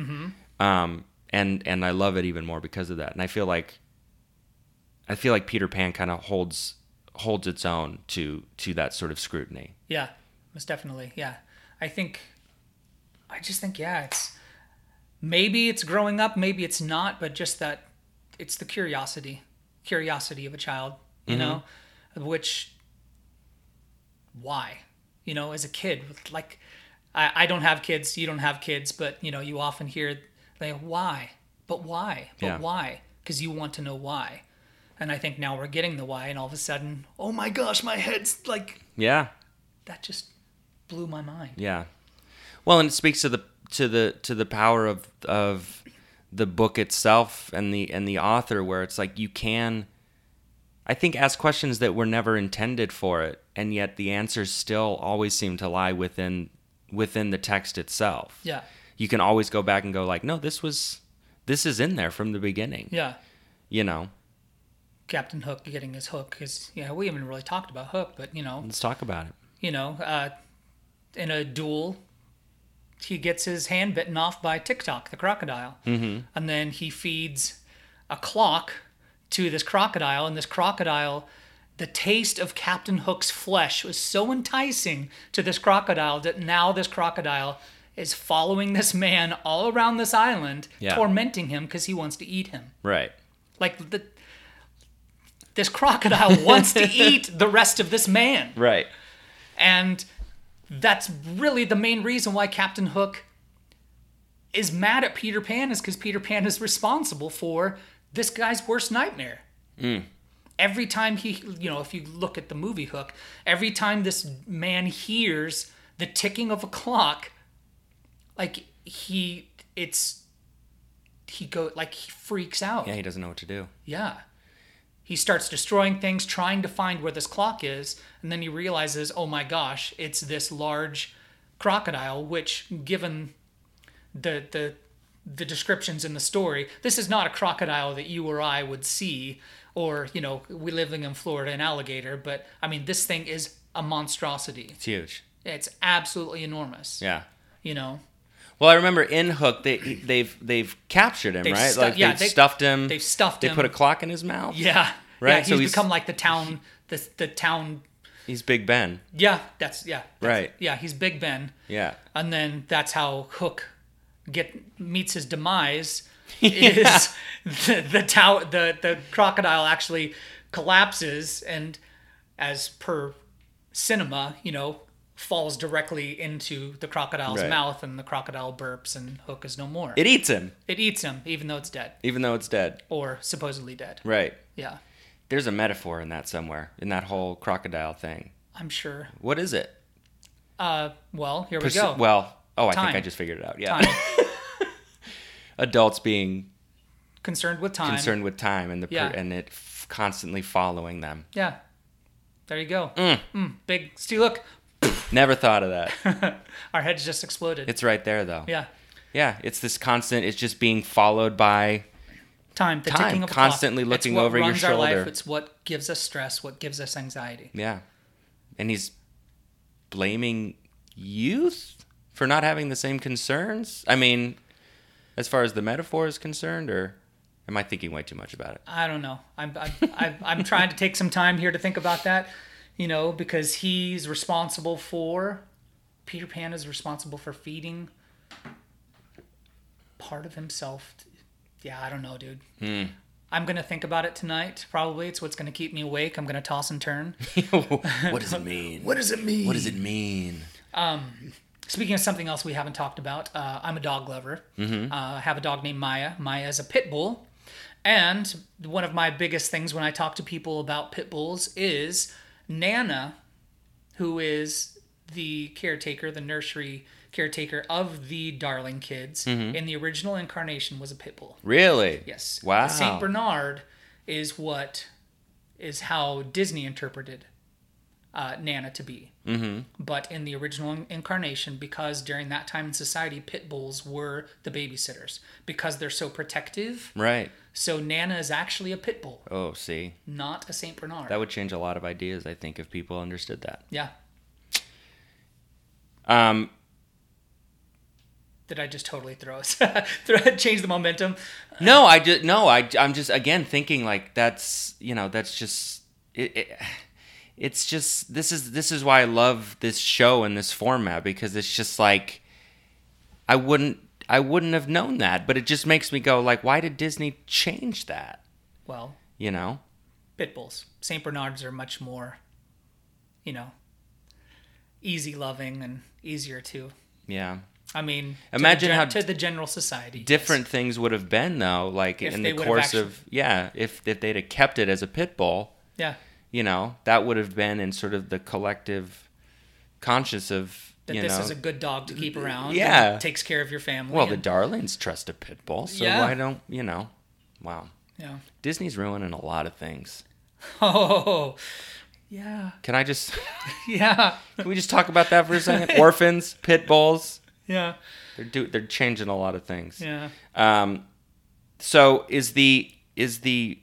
S1: um, and and i love it even more because of that and i feel like i feel like peter pan kind of holds holds its own to to that sort of scrutiny
S2: Yeah. Most definitely. Yeah. I think. I just think yeah, it's maybe it's growing up, maybe it's not, but just that it's the curiosity, curiosity of a child, you know, which why you know as a kid like I, I don't have kids you don't have kids but you know you often hear like why but why but
S1: Yeah.
S2: why because you want to know why and i think now we're getting the why and all of a sudden oh my gosh my head's like
S1: yeah
S2: that just blew my mind
S1: Yeah. Well, and it speaks to the to the to the power of of the book itself and the and the author where it's like you can I think ask questions that were never intended for it and yet the answers still always seem to lie within within the text itself.
S2: yeah
S1: You can always go back and go like, "No, this was this is in there from the beginning."
S2: yeah
S1: You know.
S2: captain hook getting his hook is yeah we haven't really talked about hook but you know
S1: Let's talk about it.
S2: you know uh, in a duel he gets his hand bitten off by tiktok the crocodile mm-hmm. and then he feeds a clock to this crocodile and this crocodile the taste of captain hook's flesh was so enticing to this crocodile that now this crocodile is following this man all around this island
S1: Yeah.
S2: tormenting him because he wants to eat him
S1: Right.
S2: like the this crocodile wants to eat the rest of this man
S1: Right.
S2: and that's really the main reason why Captain Hook is mad at Peter Pan is because Peter Pan is responsible for this guy's worst nightmare. Every time he, you know, if you look at the movie Hook, every time this man hears the ticking of a clock, like he, it's, he go like he freaks out.
S1: Yeah, he doesn't know what to do.
S2: Yeah. He starts destroying things, trying to find where this clock is, and then he realizes, oh my gosh, it's this large crocodile, which, given the the the descriptions in the story, this is not a crocodile that you or I would see, or, you know, we living in Florida, an alligator, but I mean this thing is a monstrosity.
S1: It's huge.
S2: It's absolutely enormous.
S1: Yeah.
S2: You know?
S1: Well, I remember in Hook they they've they've captured him, right?
S2: stu-
S1: like
S2: yeah,
S1: they've
S2: they-
S1: stuffed him.
S2: They've stuffed
S1: they
S2: him.
S1: put a clock in his mouth.
S2: yeah.
S1: Right,
S2: Yeah, he's
S1: so he's-
S2: become like the town the the town
S1: He's Big Ben.
S2: Yeah, that's yeah. that's-
S1: Right.
S2: Yeah, he's Big Ben,
S1: Yeah.
S2: and then that's how Hook get meets his demise. Is the the, tow- the the crocodile actually collapses and as per cinema, you know, falls directly into the crocodile's
S1: Right.
S2: mouth and the crocodile burps and Hook is no more.
S1: It eats him,
S2: it eats him, even though it's dead
S1: even though it's dead.
S2: or supposedly dead.
S1: Right.
S2: Yeah,
S1: There's a metaphor in that somewhere, in that whole crocodile thing.
S2: I'm sure.
S1: What is it?
S2: Uh, well, here
S1: Perce-
S2: we go.
S1: Well, oh, I think
S2: Time.
S1: I just figured it out. Yeah.
S2: time.
S1: Adults being
S2: Concerned with time.
S1: concerned with time and the per-
S2: Yeah.
S1: and it f- constantly following them.
S2: Yeah. There you go. Mm, big. See, look,
S1: Never thought of that.
S2: our heads just exploded.
S1: It's right there though.
S2: yeah.
S1: Yeah, it's this constant. It's just being followed by
S2: Time. The
S1: Time,
S2: ticking of a
S1: constantly
S2: clock.
S1: looking
S2: it's what
S1: over your
S2: runs Our life.
S1: shoulder.
S2: It's what gives us stress. What gives us anxiety.
S1: yeah, and he's blaming youth for not having the same concerns. I mean, as far as the metaphor is concerned, or am I thinking way too much about it?
S2: I don't know. I'm I'm, I'm, I'm trying to take some time here to think about that. You know, because he's responsible for. Peter Pan is responsible for feeding part of himself. Yeah, I don't know, dude.
S1: Hmm.
S2: I'm gonna think about it tonight. Probably it's what's gonna keep me awake. I'm gonna toss and turn.
S1: what does it mean?
S2: What does it mean?
S1: What does it mean?
S2: Speaking of something else we haven't talked about, uh, I'm a dog lover. Uh, I have a dog named Maya. Maya is a pit bull. And one of my biggest things when I talk to people about pit bulls is Nana, who is the caretaker, the nursery caretaker of the Darling Kids, in the original incarnation was a pit bull.
S1: Really?
S2: Yes.
S1: Wow.
S2: The Saint Bernard is what is how Disney interpreted uh, Nana to be. Mm-hmm. But in the original incarnation, because during that time in society, pit bulls were the babysitters because they're so protective.
S1: Right.
S2: So Nana is actually a pit bull,
S1: Oh, see,
S2: not a Saint Bernard.
S1: that would change a lot of ideas. I think if people understood that.
S2: yeah.
S1: Um,
S2: Did I just totally throw us? throw, change the momentum?
S1: No, I just no, I I'm just again thinking like that's you know that's just it, it. It's just this is this is why I love this show and this format because it's just like I wouldn't I wouldn't have known that, but it just makes me go like, why did Disney change that?
S2: Well,
S1: You know,
S2: pit bulls. Saint Bernards are much more, you know, easy loving and easier to
S1: yeah.
S2: I mean,
S1: Imagine
S2: to the, gen-
S1: how
S2: to the general society yes.
S1: Different things would have been though, like
S2: If
S1: in
S2: they
S1: the
S2: would have
S1: course
S2: actually-
S1: of yeah, if if they'd have kept it as a pit bull,
S2: Yeah,
S1: you know, that would have been in sort of the collective conscious of
S2: that
S1: you
S2: this
S1: know
S2: is a good dog to keep around.
S1: Yeah.
S2: and takes care of your family.
S1: Well, the
S2: and-
S1: darlings trust a pit bull, so
S2: Yeah.
S1: why don't you know? Wow,
S2: yeah.
S1: Disney's ruining a lot of things.
S2: Oh, yeah,
S1: Can I just
S2: yeah,
S1: can we just talk about that for a second? Orphans, pit bulls,
S2: yeah,
S1: they're do, they're changing a lot of things.
S2: yeah.
S1: Um, so is the is the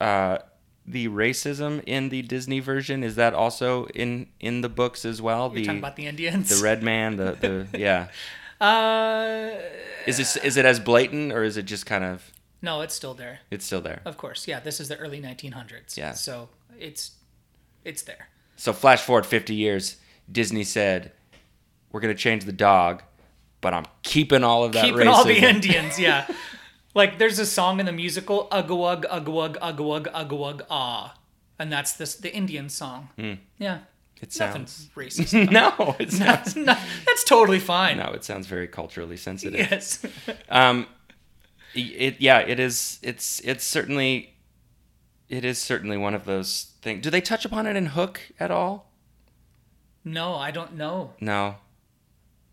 S1: uh, the racism in the Disney version is that also in in the books as well?
S2: You're talking
S1: the
S2: about the Indians.
S1: the red man, the, the yeah.
S2: uh,
S1: Is it is it as blatant or is it just kind of
S2: no, it's still there.
S1: it's still there?
S2: Of course, yeah. This is the early 1900s.
S1: Yeah.
S2: So it's, it's there.
S1: So flash forward 50 years, Disney said, "We're going to change the dog, but I'm keeping all of that
S2: Keeping
S1: racism."
S2: all the Indians. Yeah. like there's a song in the musical Ugawug Ugawug Ugawug Ugawug Ah, and that's this the Indian song.
S1: Hmm.
S2: Yeah.
S1: it
S2: Nothing
S1: sounds
S2: racist.
S1: no, it sounds
S2: That's not- that's totally fine.
S1: no, it sounds very culturally sensitive.
S2: Yes.
S1: Um, it, it- yeah, it is. It's it's certainly it is certainly one of those things. Do they touch upon it in Hook at all?
S2: No, I don't know.
S1: No,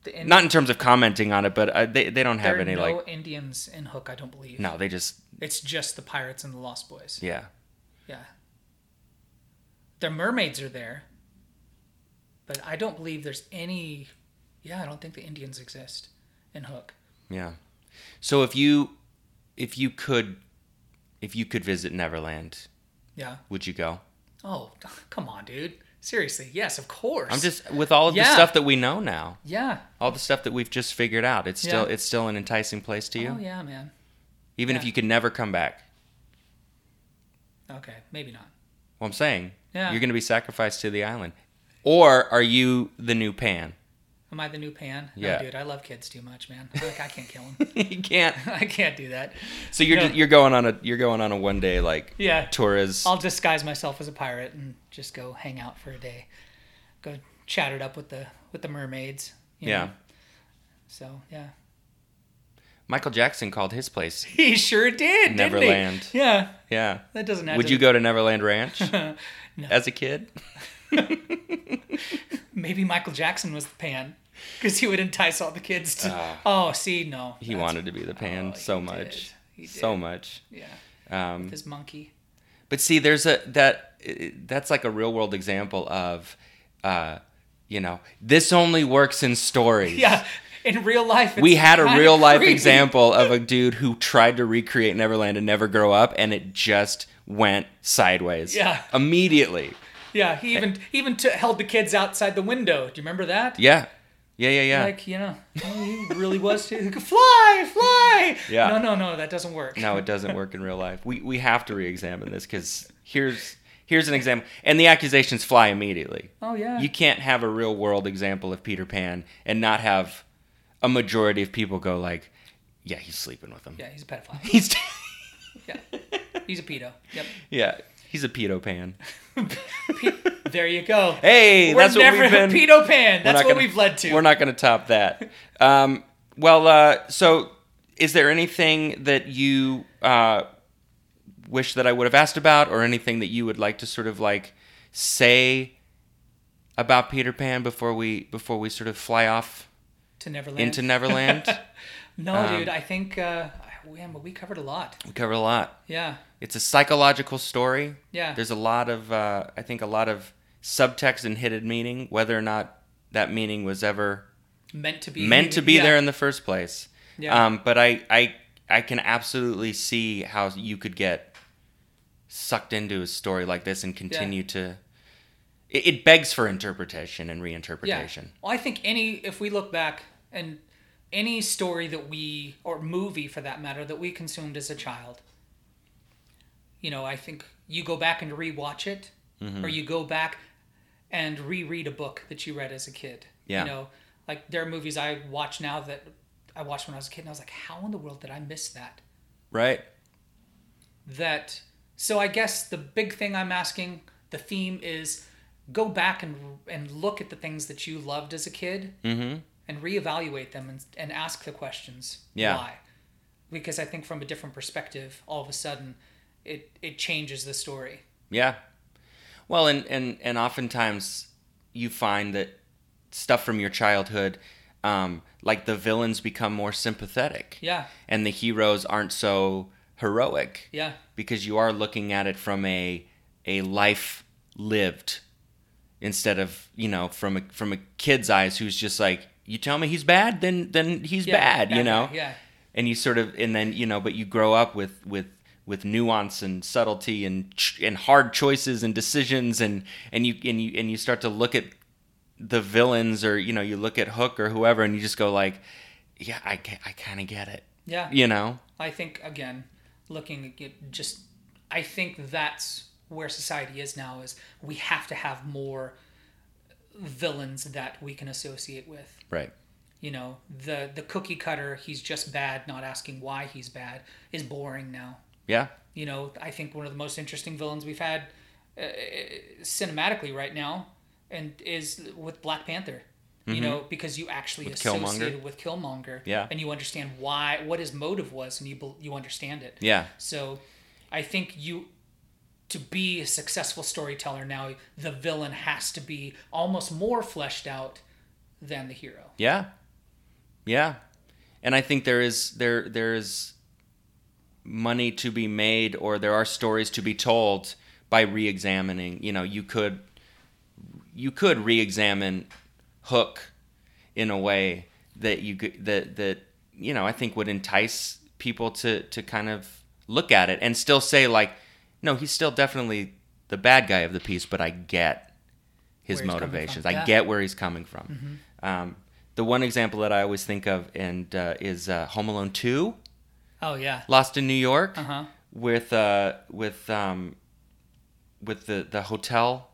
S2: The Ind-
S1: not in terms of commenting on it, but uh, they they don't
S2: there
S1: have
S2: are
S1: any
S2: no
S1: like
S2: Indians in Hook. I don't believe.
S1: no. They just
S2: It's just the pirates and the Lost Boys.
S1: yeah.
S2: Yeah. The mermaids are there, but I don't believe there's any. Yeah, I don't think the Indians exist in Hook.
S1: Yeah. So if you if you could if you could visit Neverland,
S2: Yeah.
S1: would you go?
S2: Oh, come on, dude. Seriously. Yes, of course.
S1: I'm just with all of the
S2: Yeah.
S1: stuff that we know now,
S2: Yeah.
S1: all the stuff that we've just figured out. It's still
S2: Yeah.
S1: it's still an enticing place to you,
S2: Oh yeah, man.
S1: even if
S2: yeah.
S1: you could never come back.
S2: Okay, maybe not.
S1: Well, I'm saying
S2: Yeah.
S1: you're going to be sacrificed to the island, or are you the new Pan?
S2: Am I the new Pan?
S1: Yeah.
S2: No, dude. I love kids too much, man. Like I can't kill them.
S1: you can't.
S2: I can't do that.
S1: So you're
S2: No.
S1: just, you're going on a you're going on a one day like
S2: Yeah.
S1: tourist.
S2: I'll disguise myself as a pirate and just go hang out for a day. Go chatted up with the with the mermaids. you
S1: Yeah.
S2: know? So yeah,
S1: Michael Jackson called his place
S2: he sure did. didn't he?
S1: Neverland.
S2: Yeah,
S1: Yeah.
S2: that doesn't have
S1: Would
S2: to.
S1: you go to Neverland Ranch as a kid?
S2: Maybe Michael Jackson was the pan because he would entice all the kids to. oh, see, no.
S1: Ah. He wanted to be the pan
S2: Oh,
S1: so
S2: he
S1: much.
S2: did. He
S1: So much.
S2: Yeah,
S1: Um,
S2: his monkey.
S1: But see, there's a that that's like a real world example of, uh, you know, this only works in stories.
S2: Yeah, in real life.
S1: We
S2: it's
S1: had a
S2: kinda
S1: real life
S2: creepy.
S1: example of a dude who tried to recreate Neverland and never grow up, and it just went sideways.
S2: Yeah.
S1: Immediately.
S2: Yeah, he even he even t- held the kids outside the window. Do you remember that?
S1: Yeah. Yeah. Yeah. Yeah.
S2: Like you know, oh, he really was too. Fly, fly.
S1: Yeah.
S2: No, no, no, that doesn't work.
S1: no, it doesn't work in real life. We we have to re-examine this because here's here's an example, and the accusations fly immediately.
S2: Oh yeah.
S1: You can't have a real world example of Peter Pan and not have a majority of people go like, "Yeah, he's sleeping with him.
S2: yeah, he's a pedophile.
S1: He's
S2: Yeah, he's a pedo. Yep.
S1: yeah, he's a pedo pan."
S2: Pe- there you go.
S1: Hey,
S2: We're
S1: that's what
S2: never
S1: we've been.
S2: pedo pan.
S1: we're
S2: That's
S1: not
S2: what
S1: gonna-
S2: we've led to.
S1: We're not going to top that. Um, well, uh, so is there anything that you uh, wish that I would have asked about, or anything that you would like to sort of like say about Peter Pan before we before we sort of fly off
S2: to Neverland.
S1: into Neverland? Um,
S2: no, dude. I think uh, man, but we covered a lot.
S1: we covered a lot.
S2: Yeah.
S1: It's a psychological story.
S2: Yeah.
S1: There's a lot of uh, I think a lot of subtext and hidden meaning, whether or not that meaning was ever
S2: meant to be
S1: meant to be
S2: Yeah.
S1: there in the first place.
S2: Yeah.
S1: Um, but I, I I can absolutely see how you could get sucked into a story like this and continue to. It, it begs for interpretation and reinterpretation.
S2: Well, I think any if we look back and any story that we or movie for that matter that we consumed as a child, you know, I think you go back and rewatch it, or you go back and reread a book that you read as a kid.
S1: Yeah.
S2: You know, like there are movies I watch now that I watched when I was a kid, and I was like, how in the world did I miss that?
S1: Right.
S2: that so i guess the big thing i'm asking the theme is go back and and look at the things that you loved as a kid
S1: Mm-hmm.
S2: and reevaluate them and, and ask the questions
S1: Yeah.
S2: why because i think from a different perspective all of a sudden it it changes the story
S1: Yeah. Well, and and and oftentimes you find that stuff from your childhood, um, like the villains become more sympathetic.
S2: yeah
S1: And the heroes aren't so heroic.
S2: yeah
S1: because you are looking at it from a a life lived instead of you know from a from a kid's eyes who's just like you tell me he's bad then then he's
S2: Yeah,
S1: bad you know
S2: guy, yeah
S1: and you sort of and then you know but you grow up with with with nuance and subtlety and ch- and hard choices and decisions and and you and you and you start to look at the villains or you know you look at hook or whoever and you just go like yeah i, ca- I kind of get it
S2: yeah
S1: you know
S2: I think again, looking at just, I think that's where society is now. Is we have to have more villains that we can associate with.
S1: right
S2: You know, the the cookie cutter, he's just bad, not asking why he's bad, is boring now.
S1: yeah
S2: You know, I think one of the most interesting villains we've had uh, cinematically right now, and is with Black Panther. You know, because you actually
S1: Mm-hmm. Killmonger.
S2: associated with Killmonger,
S1: Yeah.
S2: and you understand why, what his motive was, and you bel- you understand it.
S1: yeah
S2: So I think you to be a successful storyteller now, the villain has to be almost more fleshed out than the hero.
S1: Yeah. Yeah. And I think there is there there is money to be made or there are stories to be told by re-examining, you know, you could you could re-examine Hook in a way that you could that that you know, I think would entice people to to kind of look at it and still say like no, he's still definitely the bad guy of the piece, but I get his
S2: Where he's coming from.
S1: motivations. I
S2: Yeah. Mm-hmm.
S1: get where he's coming from. Um, the one example that I always think of and uh, is uh, Home Alone Two,
S2: Oh yeah.
S1: Lost in New York,
S2: Uh-huh.
S1: with uh, with um, with the the hotel.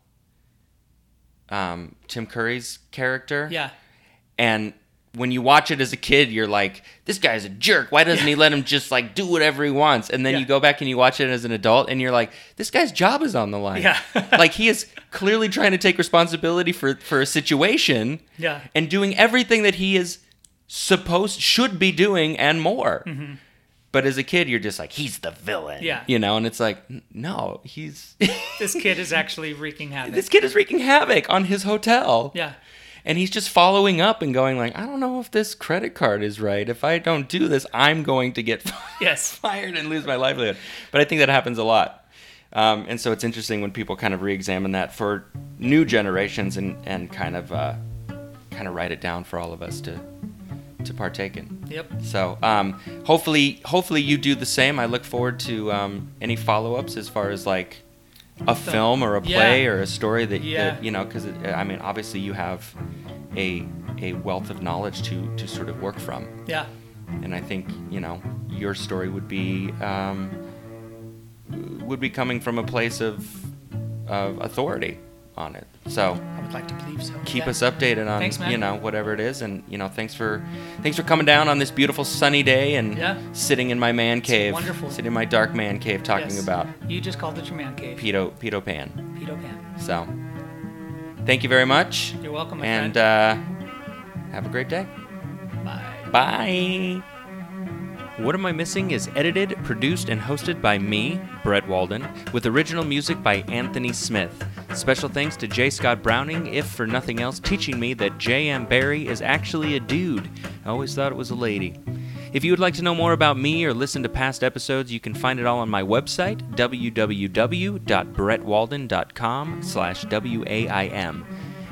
S1: Um, Tim Curry's character,
S2: Yeah.
S1: and when you watch it as a kid, you're like, this guy's a jerk. Why doesn't he let him just like do whatever he wants? And then
S2: Yeah.
S1: you go back and you watch it as an adult and you're like, this guy's job is on the line.
S2: Yeah.
S1: like he is clearly trying to take responsibility for, for a situation
S2: Yeah.
S1: and doing everything that he is supposed should be doing and more. But as a kid, you're just like, he's the villain.
S2: Mm-hmm. Yeah.
S1: You know, and it's like, "N- no, he's
S2: This kid is actually wreaking havoc.
S1: this kid is wreaking havoc on his hotel.
S2: yeah.
S1: And he's just following up and going like, I don't know if this credit card is right. If I don't do this, I'm going to get
S2: Yes.
S1: fired and lose my livelihood. But I think that happens a lot. Um, and so it's interesting when people kind of re-examine that for new generations and, and kind of uh, kind of write it down for all of us to to partake in.
S2: Yep.
S1: So um, hopefully, hopefully you do the same. I look forward to um, any follow-ups as far as like a film or a
S2: Yeah.
S1: play or a story that,
S2: Yeah.
S1: that you know, because I mean, obviously you have a a wealth of knowledge to to sort of work from,
S2: Yeah.
S1: and I think you know your story would be um, would be coming from a place of of authority on it. So
S2: I would like to believe so.
S1: keep
S2: Yeah.
S1: us updated on
S2: Thanks, man.
S1: you know whatever it is and you know thanks for thanks for coming down on this beautiful sunny day and
S2: Yeah.
S1: sitting in my man cave
S2: wonderful.
S1: sitting in my dark man cave talking
S2: Yes.
S1: about
S2: You just called it your man cave.
S1: pedo pedo pan
S2: Pedo Pan.
S1: so thank you very much
S2: You're welcome, my
S1: and
S2: friend.
S1: uh have a great day
S2: Bye.
S1: Bye. What Am I Missing is edited, produced, and hosted by me, Brett Walden, with original music by Anthony Smith. Special thanks to J. Scott Browning, if for nothing else, teaching me that J.M. Barry is actually a dude. I always thought it was a lady. If you would like to know more about me or listen to past episodes, you can find it all on my website, www.brettwalden.com slash W-A-I-M.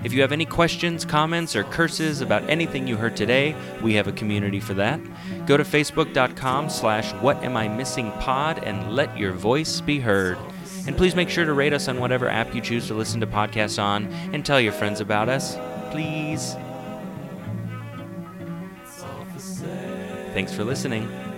S1: If you have any questions, comments, or curses about anything you heard today, we have a community for that. Go to facebook.com slash what am I missing pod and let your voice be heard. And please make sure to rate us on whatever app you choose to listen to podcasts on and tell your friends about us. Please. Thanks for listening.